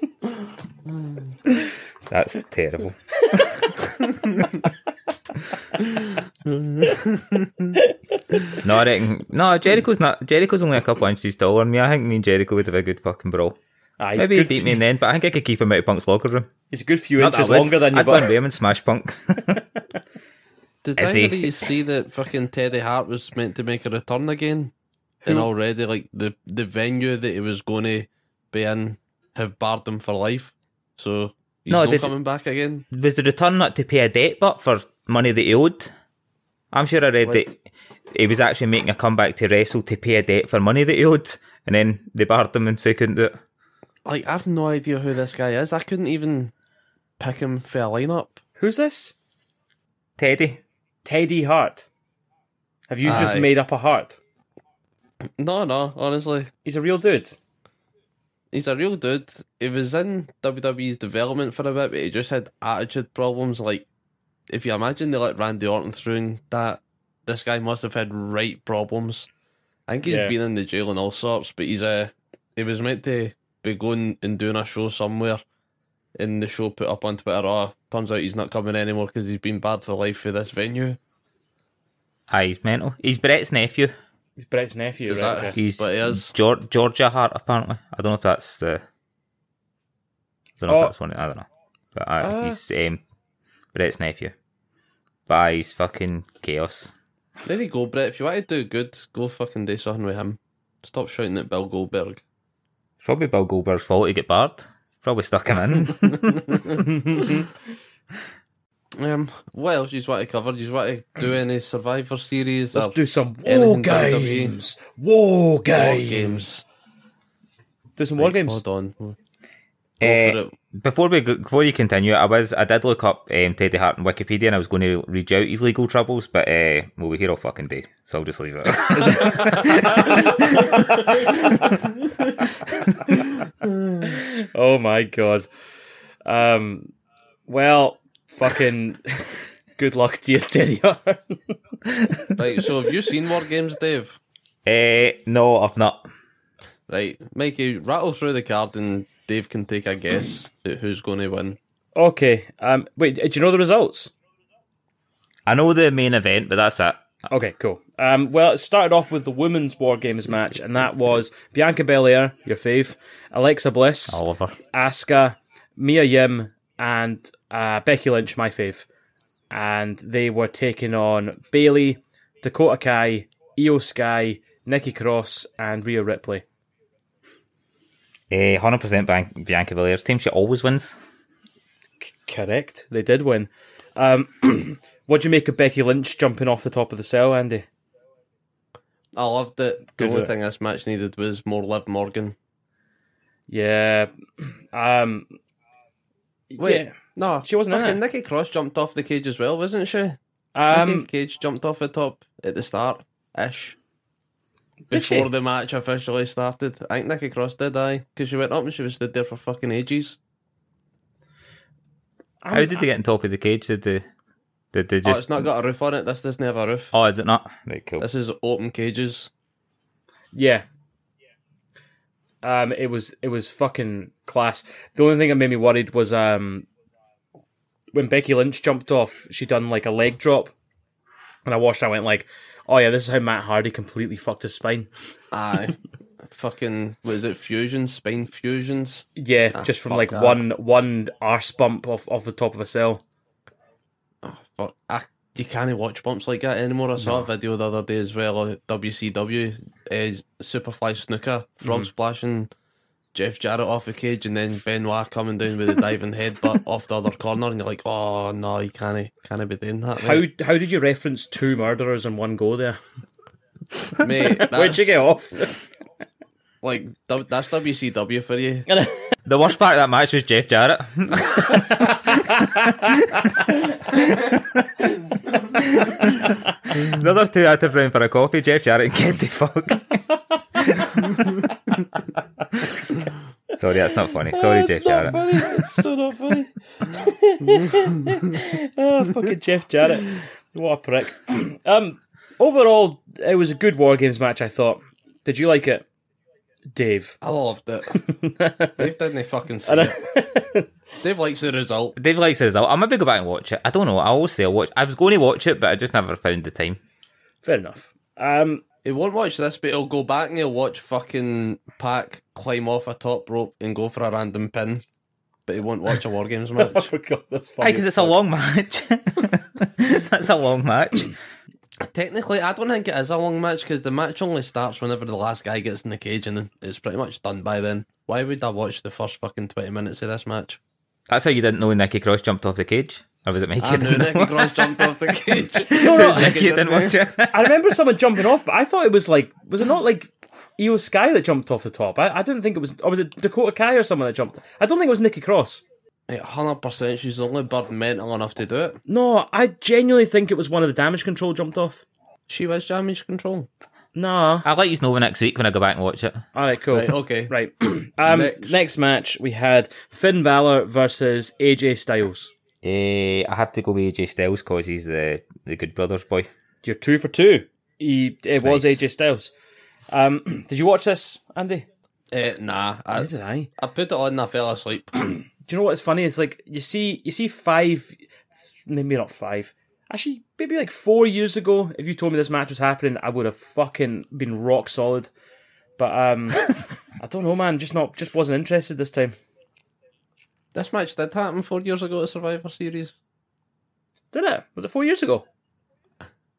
S3: that's terrible. no, I reckon. No, Jericho's not. Jericho's only a couple inches taller than me. I think me and Jericho would have a good fucking brawl.
S2: Ah, he's
S3: Maybe
S2: good-
S3: he'd beat me in the end, but I think I could keep him out of Punk's locker room.
S2: He's a good few
S3: Not that
S2: inches
S3: I would.
S2: longer than you,
S3: I'd go
S2: but
S3: and weigh him and smash Punk.
S1: Did
S3: Is
S1: either of
S3: he?
S1: you see that fucking Teddy Hart was meant to make a return again? And already, like, the, the venue that he was going to be in have barred him for life. So he's
S3: No,
S1: not
S3: did-
S1: coming back again.
S3: Was the return not to pay a debt but for money that he owed? I'm sure I read that he was actually making a comeback to wrestle to pay a debt for money that he owed, and then they barred him and said he couldn't do it.
S1: Like, I've no idea who this guy is. I couldn't even pick him for a lineup.
S2: Who's this?
S3: Teddy.
S2: Teddy Hart. Have you just
S1: Aye.
S2: made up a heart?
S1: No, no, honestly.
S2: He's a real dude.
S1: He's a real dude. He was in WWE's development for a bit, but he just had attitude problems. Like, if you imagine they let Randy Orton through and that, this guy must have had right problems. I think he's
S2: Yeah.
S1: been in the jail and all sorts, but he's a. He was meant to be going and doing a show somewhere, and the show put up on Twitter, oh, turns out he's not coming anymore because he's been barred for life for this venue.
S3: Aye, ah, he's mental. He's Brett's nephew.
S2: He's Brett's nephew,
S1: Is
S2: right?
S1: that-
S2: okay.
S3: He's
S1: But he is.
S3: Geor- Georgia Hart, apparently. I don't know if that's the. I don't know
S2: Oh.
S3: if that's one. I don't know. But aye, he's um, Brett's nephew. But aye, he's fucking chaos.
S1: There you go, Brett. If you want to do good, go fucking do something with him. Stop shouting at Bill Goldberg.
S3: It's probably Bill Goldberg's fault he got barred. Probably stuck him in.
S1: Um, what else do you want to cover? Do you want to do any Survivor series? Uh,
S2: Let's
S1: or
S2: do some war
S1: anything WWE?
S2: games. War
S1: War
S2: games.
S1: games.
S2: Do some war games.
S1: Hold on. Go for
S3: Eh,
S1: it.
S3: before we go, before you continue, I was I did look up um, Teddy Hart on Wikipedia and I was going to read out his legal troubles, but uh, we'll be here all fucking day, so I'll just leave it.
S2: Oh my god. Um. Well, fucking. good luck to you, Teddy Hart.
S1: Right, so have you seen War Games, Dave?
S3: uh, no, I've not.
S1: Right, Mikey, rattle through the card and Dave can take a guess at who's going to win.
S2: okay. Um. Wait. Do you know the results?
S3: I know the main event, but that's it.
S2: Okay, cool. Um, well, it started off with the women's War Games match, and that was Bianca Belair, your fave, Alexa Bliss,
S1: Oh,
S3: Oliver.
S2: Asuka, Mia Yim, and uh, Becky Lynch, my fave. And they were taking on Bailey, Dakota Kai, Io Sky, Nikki Cross, and Rhea Ripley.
S3: Eh, 100% Ban- Bianca Belair's team. She always wins.
S2: Correct. They did win. Um, what do you make of Becky Lynch jumping off the top of the cell, Andy?
S1: I loved it. The
S2: Good
S1: only
S2: work.
S1: thing this match needed was more Liv Morgan.
S2: Yeah. Um,
S1: Wait,
S2: yeah.
S1: no.
S2: She wasn't in
S1: Fucking
S2: it.
S1: Nikki Cross jumped off the cage as well, wasn't she?
S2: Um,
S1: Nikki Cage jumped off the top at the start ish.
S2: she?
S1: Before the match officially started. I think Nikki Cross did, I because she went up and she was stood there for fucking ages.
S3: How did they get on top of the cage? Did they, did they
S1: oh,
S3: just.
S1: it's not got a roof on it. This doesn't have a roof.
S3: Oh, is it not? Right, cool.
S1: This is open cages.
S2: Yeah. Um, it was it was fucking class. The only thing that made me worried was um, when Becky Lynch jumped off, she done like a leg drop, and I watched. I went like, "Oh yeah, this is how Matt Hardy completely fucked his spine."
S1: Aye. fucking, was it fusions? Spine fusions?
S2: Yeah, just from
S1: Ah, fuck
S2: like
S1: that.
S2: one one arse bump off off the top of a cell.
S1: Fuck. I, you can't watch bumps like that anymore. I saw a video the other day as well on WCW. Uh, Superfly Snooker, frog
S2: Mm-hmm.
S1: splashing Jeff Jarrett off a cage, and then Benoit coming down with a diving headbutt off the other corner. And you're like, oh no, you can't, can't be doing that.
S2: How
S1: mate."
S2: how did you reference two murderers in one go there?
S1: Mate,
S2: Where'd
S1: that's-
S2: you get off?
S1: Like, w- that's WCW for you.
S3: the worst part of that match was Jeff Jarrett. the other two had to bring for a coffee. Jeff Jarrett and Kid the Fuck. Sorry, that's not funny. Sorry, Jeff Jarrett.
S2: It's so not funny. oh, fucking Jeff Jarrett. What a prick. Um, overall, it was a good War Games match, I thought. Did you like it, Dave?
S1: I loved it. Dave didn't fucking see it. Dave likes the result.
S3: Dave likes the result. I'll maybe go back and watch it. I don't know. I always say I watch. I was going to watch it, but I just never found the time.
S2: Fair enough. Um,
S1: He won't watch this, but he'll go back and he'll watch fucking Pack climb off a top rope and go for a random pin. But he won't watch a War Games match.
S2: forgot that's
S3: Aye,
S2: funny.
S3: because it's a long match. That's a long match.
S1: Technically, I don't think it is a long match because the match only starts whenever the last guy gets in the cage and it's pretty much done by then. Why would I watch the first fucking 20 minutes of this match?
S3: That's how you didn't know Nikki Cross jumped off the cage, or was it Mickey?
S1: I knew
S3: didn't know?
S1: Nicky Cross jumped off the cage.
S2: No,
S3: So
S2: no,
S3: it's Nikki didn't watch it.
S2: I remember someone jumping off, but I thought it was like, was it not like Io Sky that jumped off the top? I, I didn't think it was, or was it Dakota Kai or someone that jumped? I don't think it was Nikki Cross.
S1: Like, 100% she's the only bird mental enough to do it.
S2: No, I genuinely think it was one of the damage control jumped off.
S1: She was damage control.
S2: Nah.
S3: I'll let you know next week when I go back and watch it.
S2: All right, cool.
S1: Right, okay.
S2: Right. Um, next.
S1: Next.
S2: match, we had Finn Balor versus AJ Styles.
S3: Eh, I have to go with AJ Styles because he's the, the Good Brothers boy.
S2: You're two for two. He, it was
S3: Nice.
S2: AJ Styles. Um, did you watch this, Andy?
S1: Eh, nah, I,
S2: did I.
S1: I put it on and I fell asleep.
S2: Do you know what's funny? It's like you see, you see five, maybe not five. Actually, maybe like four years ago, if you told me this match was happening, I would have fucking been rock solid. But um, I don't know, man. Just not, just wasn't interested this time.
S1: this match did happen four years ago at Survivor Series.
S2: Did it? Was it four years ago?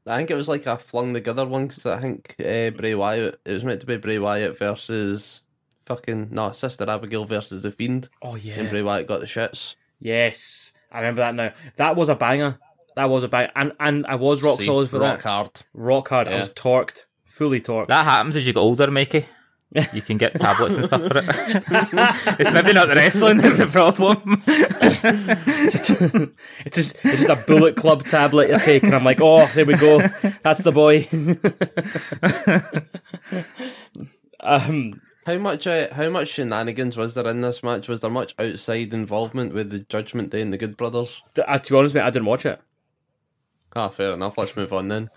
S1: I think it was like a flung together one because I think uh, Bray Wyatt, it was meant to be Bray Wyatt versus fucking, no, Sister Abigail versus The Fiend.
S2: Oh yeah.
S1: And Bray Wyatt got the shits.
S2: Yes, I remember that now. That was a banger. That was a banger, and and I was rock
S1: See,
S2: solid for
S1: rock
S2: that.
S1: hard.
S2: Rock hard. I
S1: Yeah.
S2: was torqued, fully torqued.
S3: That happens as you get older, Mickey. You can get tablets and stuff for it. it's maybe not the wrestling that's the problem.
S2: it's just it's just a bullet club tablet you take, and I'm like, oh, there we go, that's the boy. um,
S1: How much? Uh, how much shenanigans was there in this match? Was there much outside involvement with the Judgment Day and the Good Brothers?
S2: th- uh, to be honest, mate, I didn't watch it.
S1: Ah, fair enough. Let's move on then.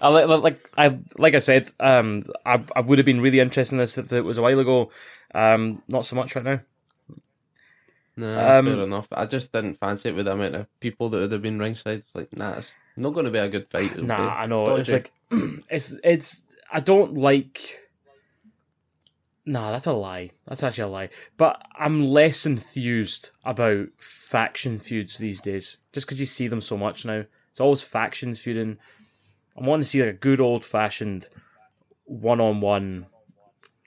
S2: I li- li- like I like I said, um, I I would have been really interested in this if it was a while ago. Um, not so much right now.
S1: Nah,
S2: Um,
S1: fair enough. I just didn't fancy it with the amount of people that would have been ringside. It's like, nah, it's not going to be a good fight. It'll be
S2: Nah, I know. It's
S1: dodgy.
S2: like it's it's. I don't like. Nah, that's a lie. That's actually a lie. But I'm less enthused about faction feuds these days, just because you see them so much now. It's always factions feuding. I want to see like a good old fashioned one on one.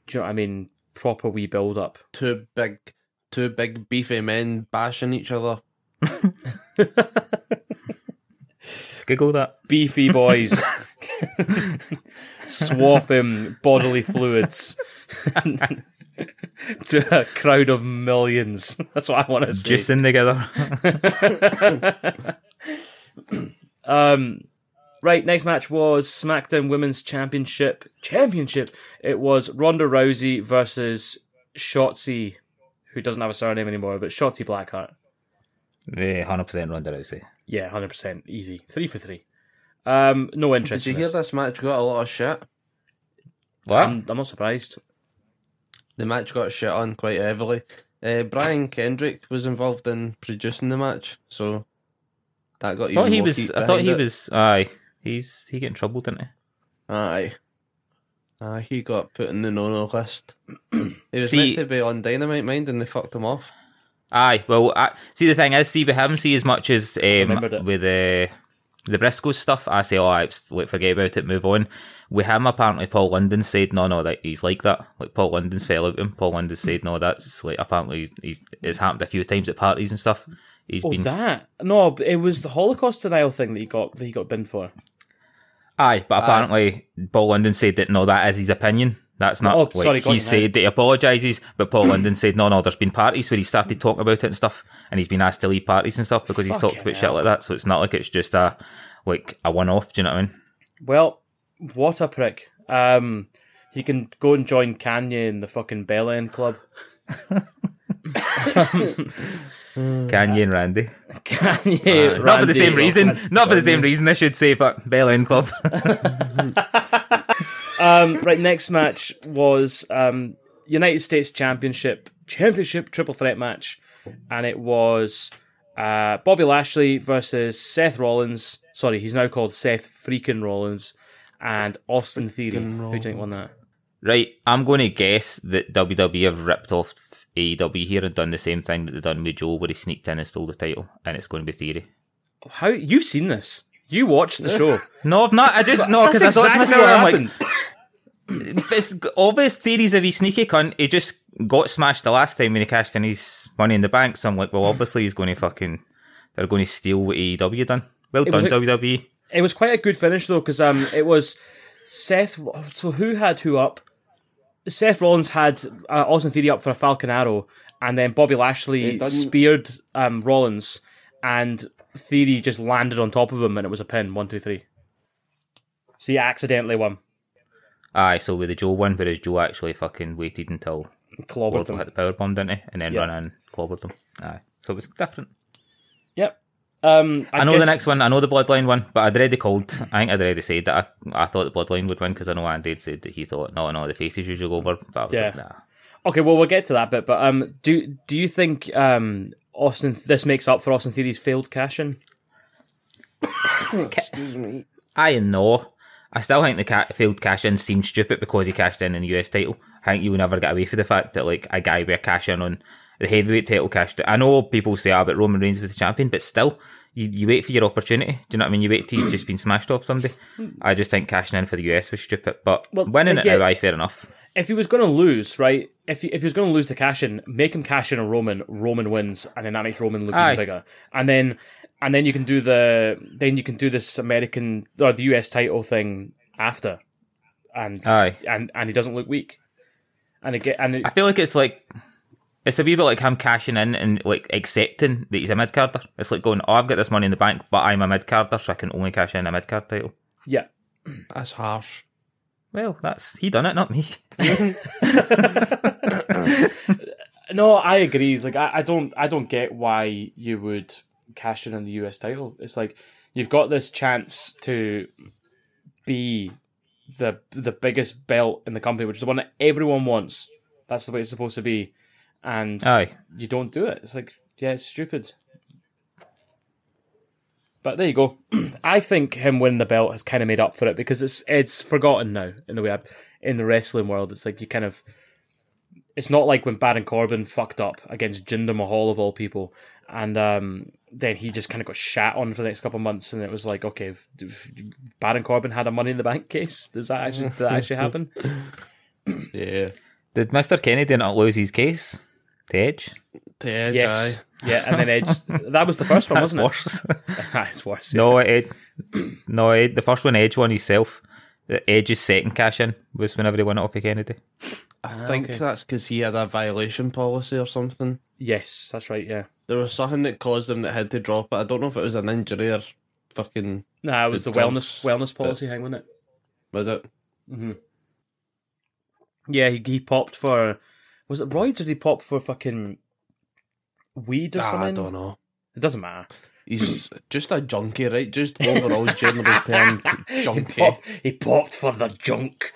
S2: Do you know what I mean? Proper wee build up.
S1: two big, two big beefy men bashing each other.
S3: Google that.
S2: Beefy boys swapping bodily fluids to a crowd of millions. That's what I want to see.
S3: Juicing together.
S2: Um, right, next match was SmackDown Women's Championship. Championship. It was Ronda Rousey versus Shotzi, who doesn't have a surname anymore, but Shotzi Blackheart.
S3: Yeah, 100% Eh, Ronda Rousey.
S2: Yeah, hundred percent, easy, three for three. Um, no interest.
S1: Did you
S2: in
S1: hear
S2: this.
S1: this match got a lot of shit?
S3: What?
S2: I'm, I'm not surprised.
S1: The match got shit on quite heavily. Uh, Brian Kendrick was involved in producing the match, so that got
S3: I
S1: even
S3: thought he
S1: more
S3: was.
S1: heat
S3: I thought
S1: behind
S3: he
S1: it.
S3: was. Aye, he's he got in trouble, didn't he?
S1: Aye. Aye, he got put in the no no list. he was
S3: See-
S1: meant to be on Dynamite Mind and they fucked him off.
S3: Aye. Well, I, see the thing is, see with him, see as much as um,
S2: remembered it.
S3: with the the Briscoe stuff. I say, oh, I forget about it, move on. With him, apparently, Paul London said, no, no, that he's like that. Like Paul London's fell out with him. Paul London said, no, that's like apparently he's, he's it's happened a few times at parties and stuff. He's
S2: Oh,
S3: been
S2: that no, but it was the Holocaust denial thing that he got that he got binned for.
S3: aye, but apparently Paul London said that no, that is his opinion. That's not
S2: Oh,
S3: like,
S2: sorry, go on,
S3: he said that he apologises, but Paul London said no, no. There's been parties where he started talking about it and stuff, and he's been asked to leave parties and stuff because he's talked
S2: Fucking
S3: about shit
S2: hell.
S3: like that. So it's not like it's just a like a one off. Do you know what I mean?
S2: Well, what a prick. Um, he can go and join Kanye in the fucking Bell End Club.
S3: Kanye and Randy,
S2: Kanye,
S3: not for
S2: Randy-
S3: the same reason. Not for the same reason. I should say, but Bell End Club.
S2: Right, next match was um, United States Championship Championship Triple Threat match, and it was uh, Bobby Lashley versus Seth Rollins. Sorry, he's now called Seth freaking Rollins and Austin Theory. Who do you think won that?
S3: Right, I'm going to guess that WWE have ripped off AEW here and done the same thing that they done with Joe, where he sneaked in and stole the title, and it's going to be Theory.
S2: How you've seen this? You watched the show.
S3: No, I've not. I just no because I
S2: That's
S3: thought
S2: exactly
S3: to myself,
S2: what
S3: I'm like,
S2: happened.
S3: it's obvious theories of his sneaky cunt. He just got smashed the last time when he cashed in his money in the bank. So I'm like, well, obviously he's going to fucking, they're going to steal what AEW done. Well
S2: was
S3: done, E.
S2: like-
S3: WWE.
S2: It was quite a good finish though, because um, it was Seth. So who had who up? Seth Rollins had uh, Austin Theory up for a Falcon Arrow, and then Bobby Lashley
S1: It doesn't-
S2: speared um, Rollins, and Theory just landed on top of him, and it was a pin. One, two, three. So he accidentally won.
S3: Aye, so with the Joe one, whereas Joe actually fucking waited until
S2: Clobbered
S3: Wardlow
S2: him.
S3: hit the power bomb, didn't he? And then
S2: Yeah.
S3: ran in, clobbered him. Aye, so it was different.
S2: Yep. Um, I,
S3: I know
S2: guess-
S3: the next one. I know the Bloodline one, but I'd already called. I think I'd already said that I, I thought the Bloodline would win because I know Andy had said that he thought no, no, the faces usually go over. But I was
S2: Yeah.
S3: like, nah.
S2: Okay, well we'll get to that bit, but um, do do you think um Austin this makes up for Austin Theory's failed cash in?
S1: Excuse me.
S3: I know. I still think the ca- failed cash in seems stupid because he cashed in in the US title. I think you'll never get away for the fact that like a guy with a cash in on the heavyweight title cashed. I know people say, "Ah, but Roman Reigns was the champion," but still, you, you wait for your opportunity. Do you know what I mean? You wait till he's just been smashed off somebody. I just think cashing in for the US was stupid, but
S2: Well,
S3: winning it
S2: again-
S3: now, aye, fair enough.
S2: If he was going to lose, right? If he, if he was going to lose the cash in, make him cash in a Roman. Roman wins, and then that makes Roman look
S3: Aye.
S2: even bigger. And then and then you can do the then you can do this American or the US title thing after, and
S3: Aye.
S2: and and he doesn't look weak. And again, and it,
S3: I feel like it's like it's a wee bit like him cashing in and like accepting that he's a mid carder. It's like going, "Oh, I've got this money in the bank, but I'm a mid carder, so I can only cash in a mid card title."
S2: yeah,
S1: That's harsh.
S3: Well, that's he done it, not me.
S2: no, I agree. It's like I, I don't I don't get why you would cash in on the US title. It's like you've got this chance to be the the biggest belt in the company, which is the one that everyone wants. That's the way it's supposed to be, and
S3: Aye,
S2: you don't do it. It's like yeah, it's stupid. But there you go. I think him winning the belt has kind of made up for it because it's it's forgotten now in the way I, in the wrestling world. It's like you kind of it's not like when Baron Corbin fucked up against Jinder Mahal of all people, and um, then he just kind of got shat on for the next couple of months, and it was like, okay, if- if Baron Corbin had a Money in the Bank case. Does that actually did that actually happen?
S1: Yeah.
S3: did Mister Kennedy not lose his case? The Edge,
S1: To edge,
S2: yes,
S1: aye.
S2: yeah, and then Edge. That was the first one,
S3: that's
S2: wasn't
S3: worse.
S2: it? it's worse. yeah.
S3: no, Ed, no, Ed, the first one Edge won himself. The Edge's second cash in was whenever he won it off of Kennedy.
S1: I
S2: Ah,
S1: think that's because he had a violation policy or something.
S2: Yes, that's right. Yeah.
S1: There was something that caused him that had to drop it. I don't know if it was an injury or fucking
S2: Nah, it was the,
S1: The
S2: wellness wellness
S1: policy
S2: policy hang, wasn't it?
S1: was it?
S2: Yeah, he, he popped for was it roids or did he pop for fucking weed or
S1: Ah,
S2: something?
S1: I don't know.
S2: It doesn't matter.
S1: He's just a junkie, right? Just overall generally termed junkie.
S2: Popped- he popped for the junk.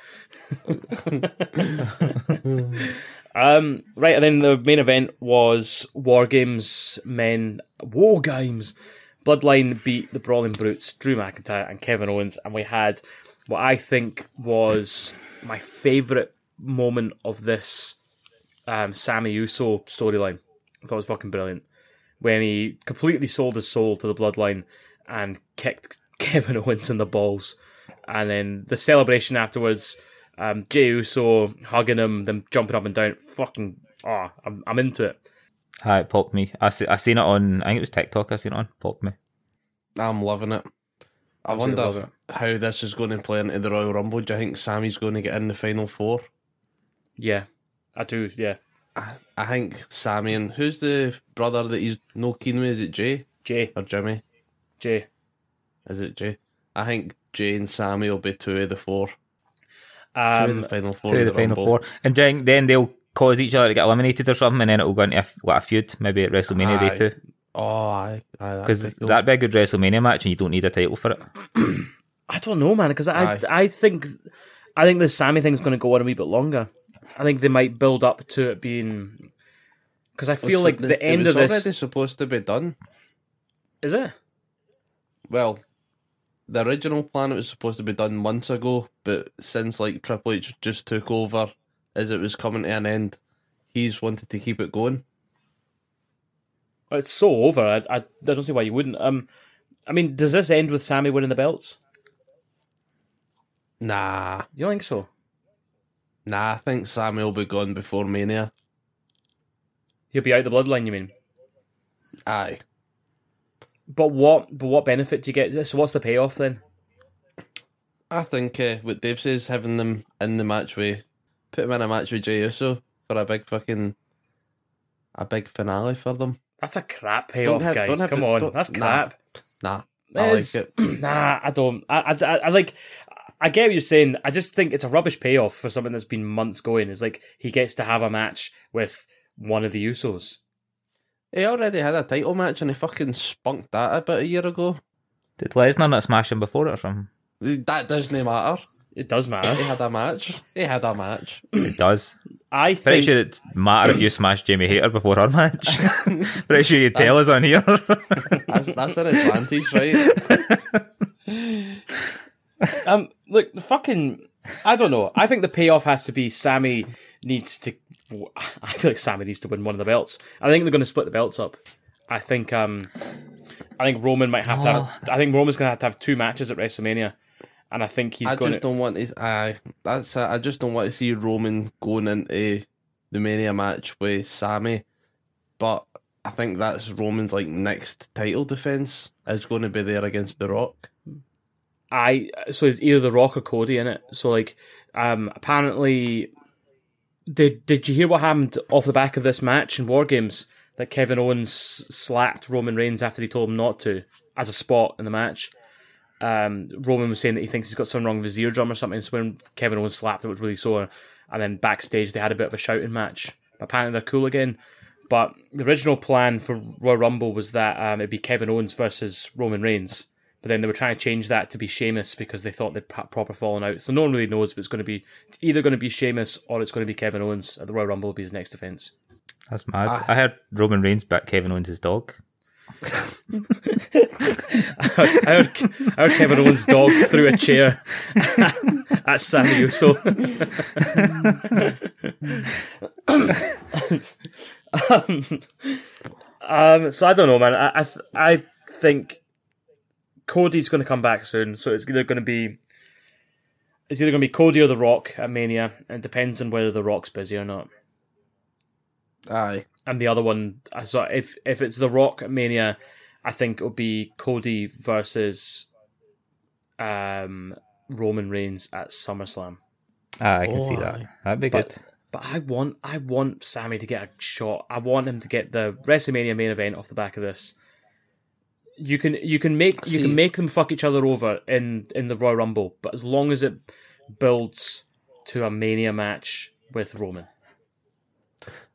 S2: um, right, and then the main event was War Games men War Games. Bloodline beat the Brawling Brutes, Drew McIntyre and Kevin Owens, and we had what I think was my favourite moment of this um, Sammy Uso storyline. I thought it was fucking brilliant when he completely sold his soul to the bloodline and kicked Kevin Owens in the balls. And then the celebration afterwards, um, Jey Uso hugging him, them jumping up and down. Fucking, ah, I'm, I'm into it.
S3: Aye, it popped me. I see, I seen it on. I think it was TikTok. I seen it on. Popped me.
S1: I'm loving it. I
S2: Absolutely love
S1: wonder how this is going to play into the Royal Rumble. Do you think Sammy's going to get in the final four?
S2: Yeah, I do. Yeah,
S1: I think Sammy and who's the brother that he's no keen with? Is it Jay
S2: Jay,
S1: or Jimmy?
S2: Jay.
S1: Is it Jay? I think Jay and Sammy will be two of the four. Two of
S2: Um,
S1: the final four.
S3: Two
S1: of
S3: of the final
S1: Rumble.
S3: four, and then then they'll cause each other to get eliminated or something, and then it'll go into a, f- like a feud, maybe at WrestleMania
S1: Aye.
S3: day two,
S1: Oh, aye, aye, that'd
S3: because
S1: be cool.
S3: that'd be a good WrestleMania match, and you don't need a title for it.
S2: I don't know, man, because I,
S1: Aye.
S2: I think, I think the Sammy thing's going to go on a wee bit longer. I think they might build up to it being, because I feel
S1: It's
S2: like the,
S1: it
S2: end
S1: was
S2: of this
S1: already supposed to be done.
S2: is it.
S1: Well, the original plan it was supposed to be done months ago, but since like Triple H just took over as it was coming to an end, he's wanted to keep it going.
S2: Oh, It's so over. I, I, I don't see why you wouldn't. Um, I mean, does this end with Sammy winning the belts?
S1: Nah,
S2: You don't think so?
S1: nah, I think Sammy will be gone before Mania.
S2: He'll be out the bloodline. You mean?
S1: Aye.
S2: But what? But what benefit do you get? So what's the payoff then?
S1: I think uh, what Dave says, having them in the match with, put them in a match with Jey Uso for a big fucking, a big finale for them.
S2: That's a crap payoff,
S1: have- don't
S2: guys.
S1: have
S2: Come
S1: the-
S2: on,
S1: don't-
S2: that's
S1: nah.
S2: crap.
S1: Nah,
S2: It's-
S1: I like it.
S2: Nah, I don't. I, I, I, I like. I get what you're saying. I just think it's a rubbish payoff for something that's been months going. It's like he gets to have a match with one of the Usos.
S1: He already had a title match and he fucking spunked that about a year ago.
S3: Did Lesnar not smash him before it or something?
S1: That doesn't matter.
S2: It does
S1: He
S2: matter.
S1: had a match. He had a match.
S3: It does.
S2: I
S3: Pretty
S2: think.
S3: sure it matter if you smash Jamie Hayter before her match. Pretty sure you tell us on here.
S1: That's, that's an advantage, right?
S2: Um, look, the fucking. I don't know. I think the payoff has to be Sammy needs to. I feel like Sammy needs to win one of the belts. I think they're going to split the belts up. I think. Um, I think Roman might have to.
S1: Oh.
S2: Have, I think Roman's going to have to have two matches at WrestleMania, and I think he's
S1: I
S2: going.
S1: just
S2: to...
S1: don't want his. I that's. it. I just don't want to see Roman going into the Mania match with Sammy, but I think that's Roman's like next title defense is going to be there against The Rock.
S2: I so it's either the Rock or Cody in it. So like, um, apparently, did did you hear what happened off the back of this match in War Games that Kevin Owens slapped Roman Reigns after he told him not to as a spot in the match? Um, Roman was saying that he thinks he's got something wrong with his eardrum or something. So when Kevin Owens slapped him, it was really sore. And then backstage, they had a bit of a shouting match. Apparently, they're cool again. But the original plan for Royal Rumble was that um, it'd be Kevin Owens versus Roman Reigns. But then they were trying to change that to be Sheamus because they thought they'd pro- proper fallen out. So no one really knows if it's going to be it's either going to be Sheamus or it's going to be Kevin Owens at the Royal Rumble will be his next defense.
S3: That's mad. I heard Roman Reigns back Kevin Owens' his dog.
S2: I heard, I heard Kevin Owens' dog threw a chair at Sammy Uso. um, um, so I don't know, man. I I, th- I think Cody's going to come back soon, so it's either going to be it's either going to be Cody or The Rock at Mania, and it depends on whether The Rock's busy or not
S1: Aye,
S2: and the other one, I saw if if it's the Rock at Mania, I think it'll be Cody versus um, Roman Reigns at SummerSlam.
S3: Ah, I can see that. That'd be good.
S2: But I want I want Sammy to get a shot. I want him to get the WrestleMania main event off the back of this. You can you can make you
S1: See-
S2: can make them fuck each other over in in the Royal Rumble, but as long as it builds to a Mania match with Roman.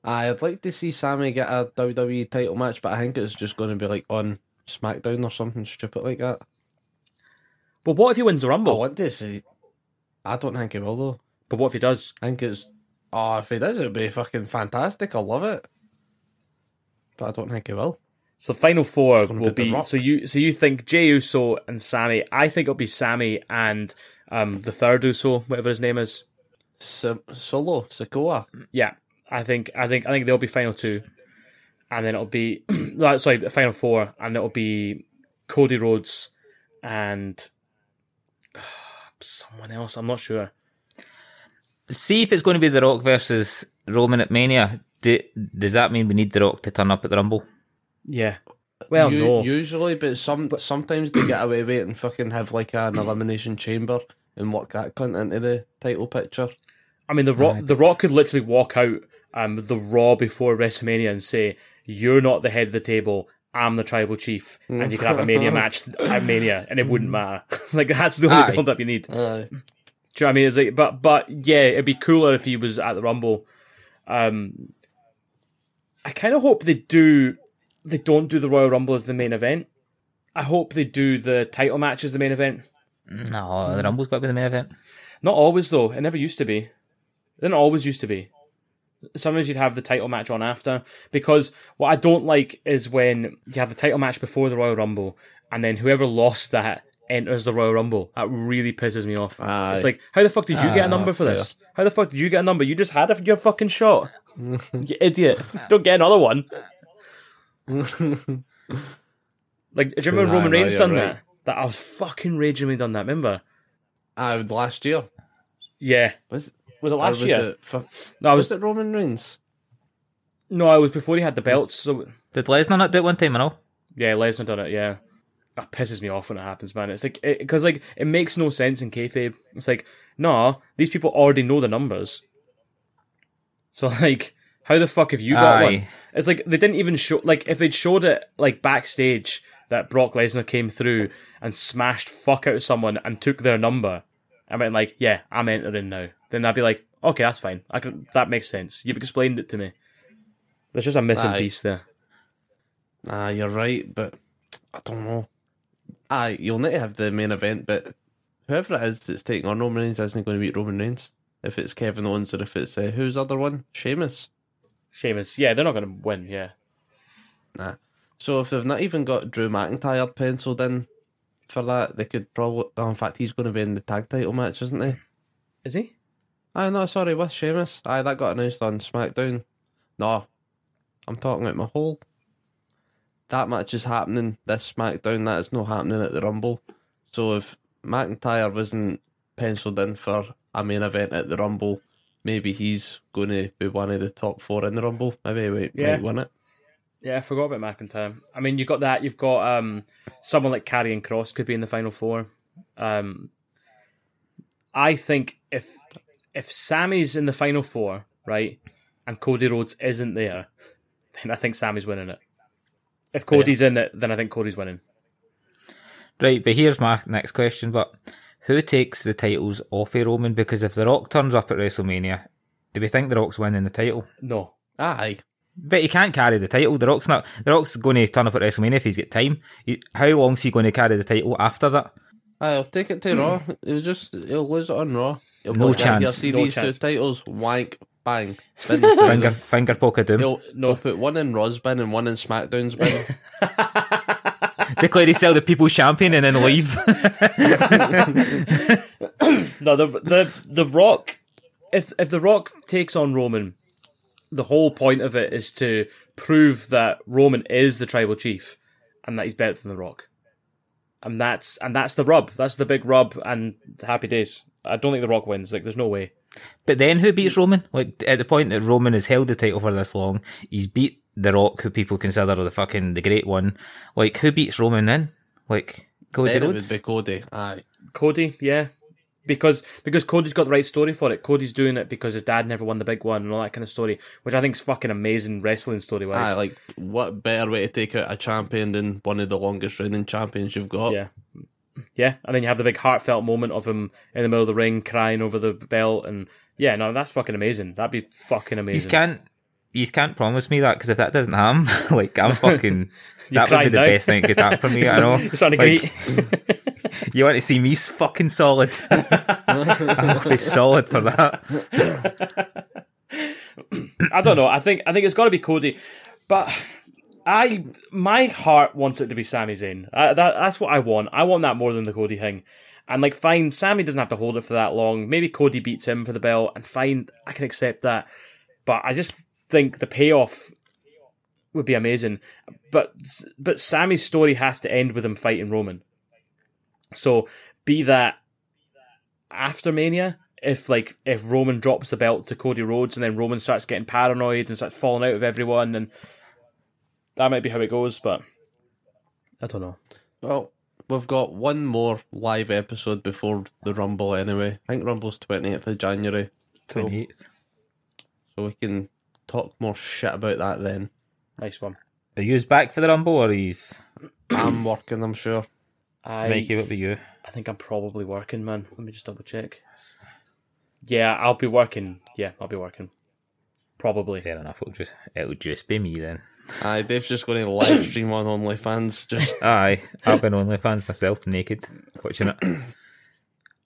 S1: aye. I'd like to see Sammy get a WWE title match, but I think it's just going to be like on SmackDown or something stupid like that.
S2: But what if he wins the
S1: Oh, I
S2: Rumble?
S1: want to see. I don't think he will though.
S2: But what if he does?
S1: I think it's. Oh, if he does, it'd be fucking fantastic. I love it. But I don't think he will.
S2: So final four
S1: gonna
S2: will
S1: be The
S2: be
S1: Rock.
S2: so you so you think Jey Uso and Sammy. I think it'll be Sammy and um the third Uso, whatever his name is.
S1: So, solo, Sokoa.
S2: Yeah, I think I think I think they'll be final two, and then it'll be no, sorry the final four, and it'll be Cody Rhodes and someone else. I'm not sure.
S3: See if it's going to be The Rock versus Roman at Mania. Do, does that mean we need The Rock to turn up at the Rumble?
S2: Yeah. Well,
S1: U-
S2: no.
S1: Usually, but some sometimes they get away with it and fucking have like an elimination chamber and work that cunt into the title picture.
S2: I mean, the Rock, the Rock could literally walk out um the Raw before WrestleMania and say, "You're not the head of the table. I'm the tribal chief, and you can have a Mania match at Mania, and it wouldn't matter. like that's the only
S3: Aye.
S2: build up you need. Do you know
S1: Aye.
S2: what I mean? It's like, but but yeah, it'd be cooler if he was at the Rumble. Um, I kind of hope they do. They don't do the Royal Rumble as the main event. I hope they do the title match as the main event.
S3: No, the Rumble's got to be the main event.
S2: Not always though. It never used to be. It didn't always used to be. Sometimes you'd have the title match on after because what I don't like is when you have the title match before the Royal Rumble and then whoever lost that enters the Royal Rumble. That really pisses me off.
S1: Aye. Ah,
S2: It's like, how the fuck did you get a number for this? How the fuck did you get a number? You just had a, your fucking shot. you idiot. Don't get another one. like, do you remember
S1: Aye,
S2: Roman
S1: no,
S2: Reigns
S1: you're
S2: done
S1: right.
S2: that? That I was fucking raging when he done that, remember?
S1: I would last year.
S2: Yeah.
S1: Was
S2: Was it
S1: or
S2: last
S1: was
S2: year?
S1: it fu-
S2: no, I was,
S1: was it Roman Reigns?
S2: no, I was before he had the belts. So
S3: Did Lesnar not do it one time? I know.
S2: Yeah, Lesnar done it. Yeah, that pisses me off when it happens, man. It's like because like it makes no sense in kayfabe. It's like nah, these people already know the numbers. So like, how the fuck have you got one?
S3: Aye.
S2: It's like they didn't even show like if they'd showed it like backstage that Brock Lesnar came through and smashed fuck out of someone and took their number. I mean, like, yeah, I'm entering now. Then I'd be like, okay, that's fine. I can, that makes sense. You've explained it to me. There's just a missing
S1: Aye.
S2: piece there.
S1: Nah, Ah, you're right, but I don't know. Aye, you'll need to have the main event, but whoever it is that's taking on Roman Reigns isn't going to beat Roman Reigns. If it's Kevin Owens or if it's uh, who's the other one, Sheamus.
S2: Sheamus, yeah, they're not going to win. Yeah,
S1: Nah. So if they've not even got Drew McIntyre penciled in for that, they could probably. Oh, in fact, he's going to be in the tag title match, isn't he?
S2: Is he?
S1: Aye, no, sorry, with Sheamus. Aye, that got announced on SmackDown. No, I'm talking about my whole. That match is happening this SmackDown. That is not happening at the Rumble. So if McIntyre wasn't penciled in for a main event at the Rumble, maybe he's going to be one of the top four in the Rumble. Maybe he might,
S2: Yeah.
S1: might win it.
S2: Yeah, I forgot about McIntyre. I mean, you've got that. You've got um, someone like Carrying Cross could be in the final four. Um, I think if if Sammy's in the final four, right, and Cody Rhodes isn't there, then I think Sammy's winning it. If Cody's in it, then I think Cody's winning.
S3: Right, but here's my next question. But who takes the titles off of Roman? Because if The Rock turns up at WrestleMania, do we think The Rock's winning the title?
S2: No,
S1: Aye.
S3: But he can't carry the title. The Rock's not. The Rock's going to turn up at WrestleMania if he's got time. He- How long's he going to carry the title after that?
S1: Aye, I'll take it to Raw. He'll just he'll lose it on Raw. He'll be
S3: No
S1: like, "Right,
S3: chance.
S1: You'll see
S2: No
S1: these
S2: chance.
S1: two titles. Wank, bang. Bin the two of
S3: Finger,
S1: them.
S3: finger poke of doom.
S1: He'll,
S2: No.
S1: he'll put one in Raw's bin and one in SmackDown's bin.
S3: Declare himself the People's Champion and then leave.
S2: no, the the the Rock. If if the Rock takes on Roman, the whole point of it is to prove that Roman is the tribal chief, and that he's better than the Rock. And that's and that's the rub. That's the big rub. And happy days. I don't think the Rock wins. Like, there's no way.
S3: But then who beats Roman? Like at the point that Roman has held the title for this long, he's beat The Rock, who people consider the fucking the great one. Like who beats Roman then? Like Cody
S1: Then it would
S3: Rhodes.
S1: be Cody. Aye.
S2: Cody, yeah, because because Cody's got the right story for it. Cody's doing it because his dad never won the big one and all that kind of story, which I think is fucking amazing wrestling story wise.
S1: Aye, like what better way to take out a champion than one of the longest reigning champions you've got?
S2: Yeah. Yeah, and then you have the big heartfelt moment of him in the middle of the ring crying over the belt, and yeah, no, that's fucking amazing. That'd be fucking
S3: He
S2: amazing.
S3: can't. He can't promise me that because if that doesn't happen, like I'm fucking. that
S2: crying
S3: would be the
S2: now.
S3: best thing that could happen to me. I know.
S2: It's starting to
S3: Like,
S2: greet.
S3: you want to see me s- fucking solid? I'll be solid for that.
S2: I don't know. I think I think it's got to be Cody, but I my heart wants it to be Sami Zayn. I, that, that's what I want. I want that more than the Cody thing. And like, fine, Sammy doesn't have to hold it for that long. Maybe Cody beats him for the belt, and fine, I can accept that. But I just think the payoff would be amazing. But but Sammy's story has to end with him fighting Roman. So be that after Mania, if like if Roman drops the belt to Cody Rhodes and then Roman starts getting paranoid and starts falling out of everyone, and that might be how it goes. But I don't know.
S1: Well, we've got one more live episode before the Rumble anyway. I think Rumble's 28th of January,
S3: 28th.
S1: so we can talk more shit about that then.
S2: Nice one.
S3: Are you back for the rumble or he's
S1: I'm working, I'm sure.
S2: I
S3: Mikey? What about you?
S2: I think I'm probably working, man. Let me just double check. Yeah, I'll be working. Yeah, I'll be working. Probably.
S3: Fair enough. It'll just it'll just be me then.
S1: Aye, Dave's just going to live stream on OnlyFans. Just
S3: Aye, I've been OnlyFans myself, naked, watching it,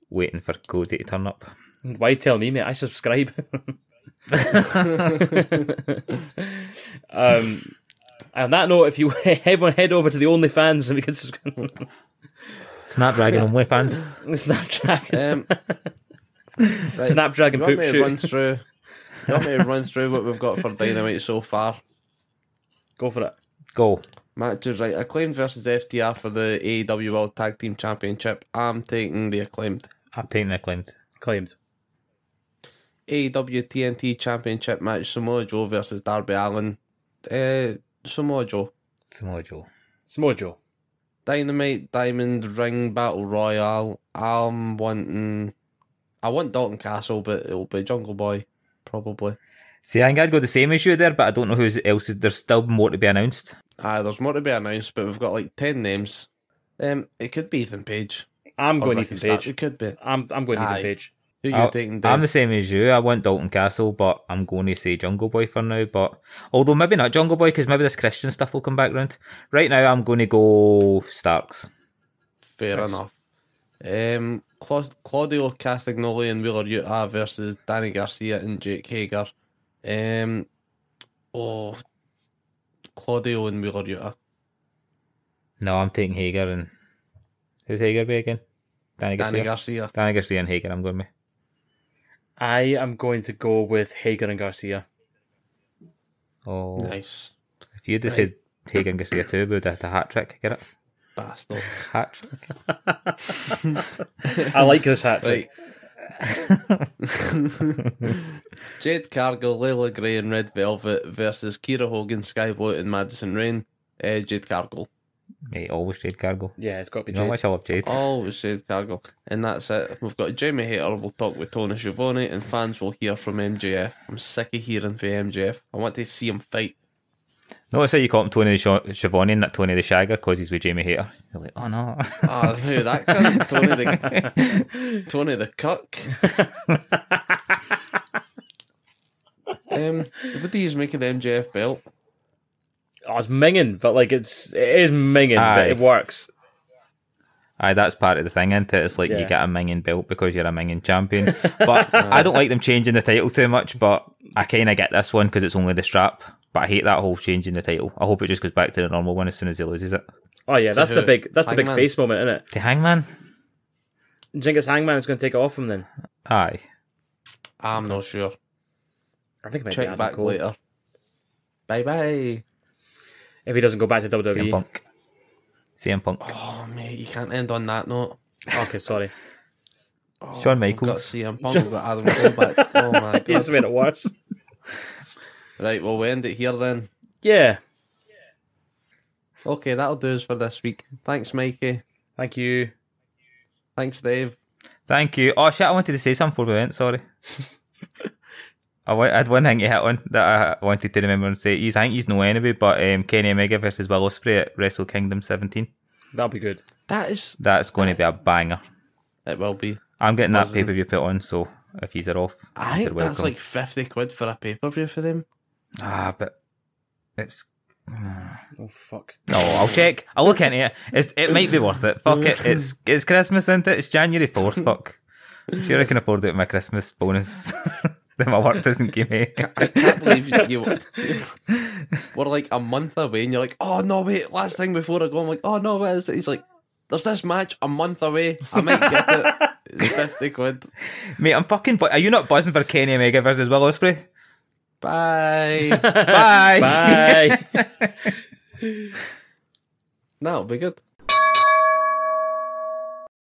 S3: waiting for Cody to turn up.
S2: Why tell me, mate? I subscribe. um, on that note, if you everyone head over to the OnlyFans and we can subscribe.
S3: Snapdragon on weapons.
S2: Snapdragon.
S1: Um, right,
S2: Snapdragon
S1: you want
S2: poop
S1: me to
S2: shoot.
S1: run through? You want me to run through what we've got for Dynamite so far?
S2: Go for it.
S3: Go.
S1: Matches right. Acclaimed versus FTR for the AEW World Tag Team Championship. I'm taking the acclaimed.
S3: I'm taking the acclaimed.
S2: Claimed.
S1: AEW TNT Championship match Samoa Joe versus Darby Allen. Uh, Samoa Joe.
S3: Samoa Joe.
S2: Samoa Joe.
S1: Dynamite Diamond Ring Battle Royale. I'm wanting. I want Dalton Castle, but it'll be Jungle Boy, probably.
S3: See, I think I'd go the same as you there, but I don't know who else is. There's still more to be announced.
S1: Ah, there's more to be announced, but we've got like 10 names. Um, It could be Ethan Page.
S2: I'm
S1: or
S2: going
S1: Ricky
S2: Ethan
S1: Starks. It
S2: Page.
S1: could be.
S2: I'm I'm going
S1: Aye.
S2: Ethan Page.
S1: Who
S3: I'll-
S1: you taking, Dave?
S3: I'm the same as you. I want Dalton Castle, but I'm going to say Jungle Boy for now. But although maybe not Jungle Boy, because maybe this Christian stuff will come back round. Right now, I'm going to go Starks.
S1: Fair enough. Um, Cla- Claudio Castagnoli and Wheeler Utah versus Danny Garcia and Jake Hager. Um, oh, Claudio and Wheeler Utah.
S3: No, I'm taking Hager and who's Hager be again? Danny Garcia.
S1: Danny Garcia.
S3: Danny Garcia and Hager. I'm going with.
S2: I am going to go with Hager and Garcia.
S3: Oh,
S1: Nice.
S3: if you'd have said Hager and Garcia too, we would have had a hat trick. Get it?
S1: Bastard.
S3: Hat trick.
S2: I like this hat trick.
S1: Right. Jade Cargill, Layla Gray, and Red Velvet versus Kira Hogan, Sky Blue, and Madison Rain. Uh, Jade Cargill.
S3: Mate, always trade cargo. You
S2: Yeah, it's got to be
S3: know how
S2: Jade.
S3: much I love Jade.
S1: Oh, it's Jade Cargill. And that's it. We've got Jamie Hater will talk with Tony Giovanni, and fans will hear from MJF. I'm sick of hearing from MJF. I want to see him fight.
S3: Notice how you call him Tony the Schiavone and not Tony the Shagger because he's with Jamie Hater. You're like, oh no.
S1: Ah, who that cunt? Tony the, Tony the Cuck. um, what do you make of the MJF belt?
S2: Oh, it's minging, but like it's it is minging, but
S3: Aye.
S2: it works.
S3: Aye, that's part of the thing, isn't it? It's like
S2: Yeah.
S3: you get a minging belt because you're a minging champion. But I don't like them changing the title too much, but I kind of get this one because it's only the strap. But I hate that whole changing the title. I hope it just goes back to the normal one as soon as he loses it.
S2: Oh yeah, that's the
S1: who?
S2: big that's the big
S1: Hangman?
S2: face moment, isn't it?
S3: The hangman?
S2: Do you think it's Hangman is going to take it off him then?
S3: Aye.
S1: I'm not sure.
S2: I think it might be
S1: Check
S2: Adam
S1: back
S2: Cole.
S1: later. Bye bye.
S2: if he doesn't go back to E.
S3: CM
S2: WWE.
S3: Punk. CM Punk.
S1: Oh, mate, you can't end on that note. Oh,
S2: Okay, sorry,
S3: Shawn
S1: We've got
S3: Michaels.
S1: CM Punk, we've got Adam Cole back. Oh, my
S2: he just
S1: God.
S2: made it worse.
S1: Right, well, we end it here then.
S2: Yeah,
S1: Okay, that'll do us for this week. Thanks, Mikey.
S2: thank you.
S1: Thanks, Dave.
S3: Thank you. Oh shit, I wanted to say something before we went, sorry. I wa- I had one thing to hit on that I wanted to remember and say. He's, I think he's no enemy, but um, Kenny Omega versus Will Ospreay at Wrestle Kingdom 17.
S2: That'll be good.
S1: That is.
S3: That's going to be a banger.
S1: It will be.
S3: I'm getting that pay per view put on, so if he's are off,
S1: I
S3: he's
S1: think that's like 50 quid for a pay per view for them.
S3: ah, but it's
S2: Oh fuck.
S3: no. I'll check. I'll look into it. It's, it might be worth it. Fuck it. It's it's Christmas, isn't it? It's January fourth. Fuck. I'm sure I can afford it with my Christmas bonus that my work doesn't give me.
S1: I can't believe you. you we're like a month away, and you're like, oh, no, wait, last thing before I go, I'm like, oh, no, what is it? He's like, there's this match a month away. I might get it. It's 50 quid.
S3: Mate, I'm fucking. bu- Are you not buzzing for Kenny Omega versus Will Ospreay?
S1: Bye.
S3: Bye.
S2: Bye.
S1: That'll be good.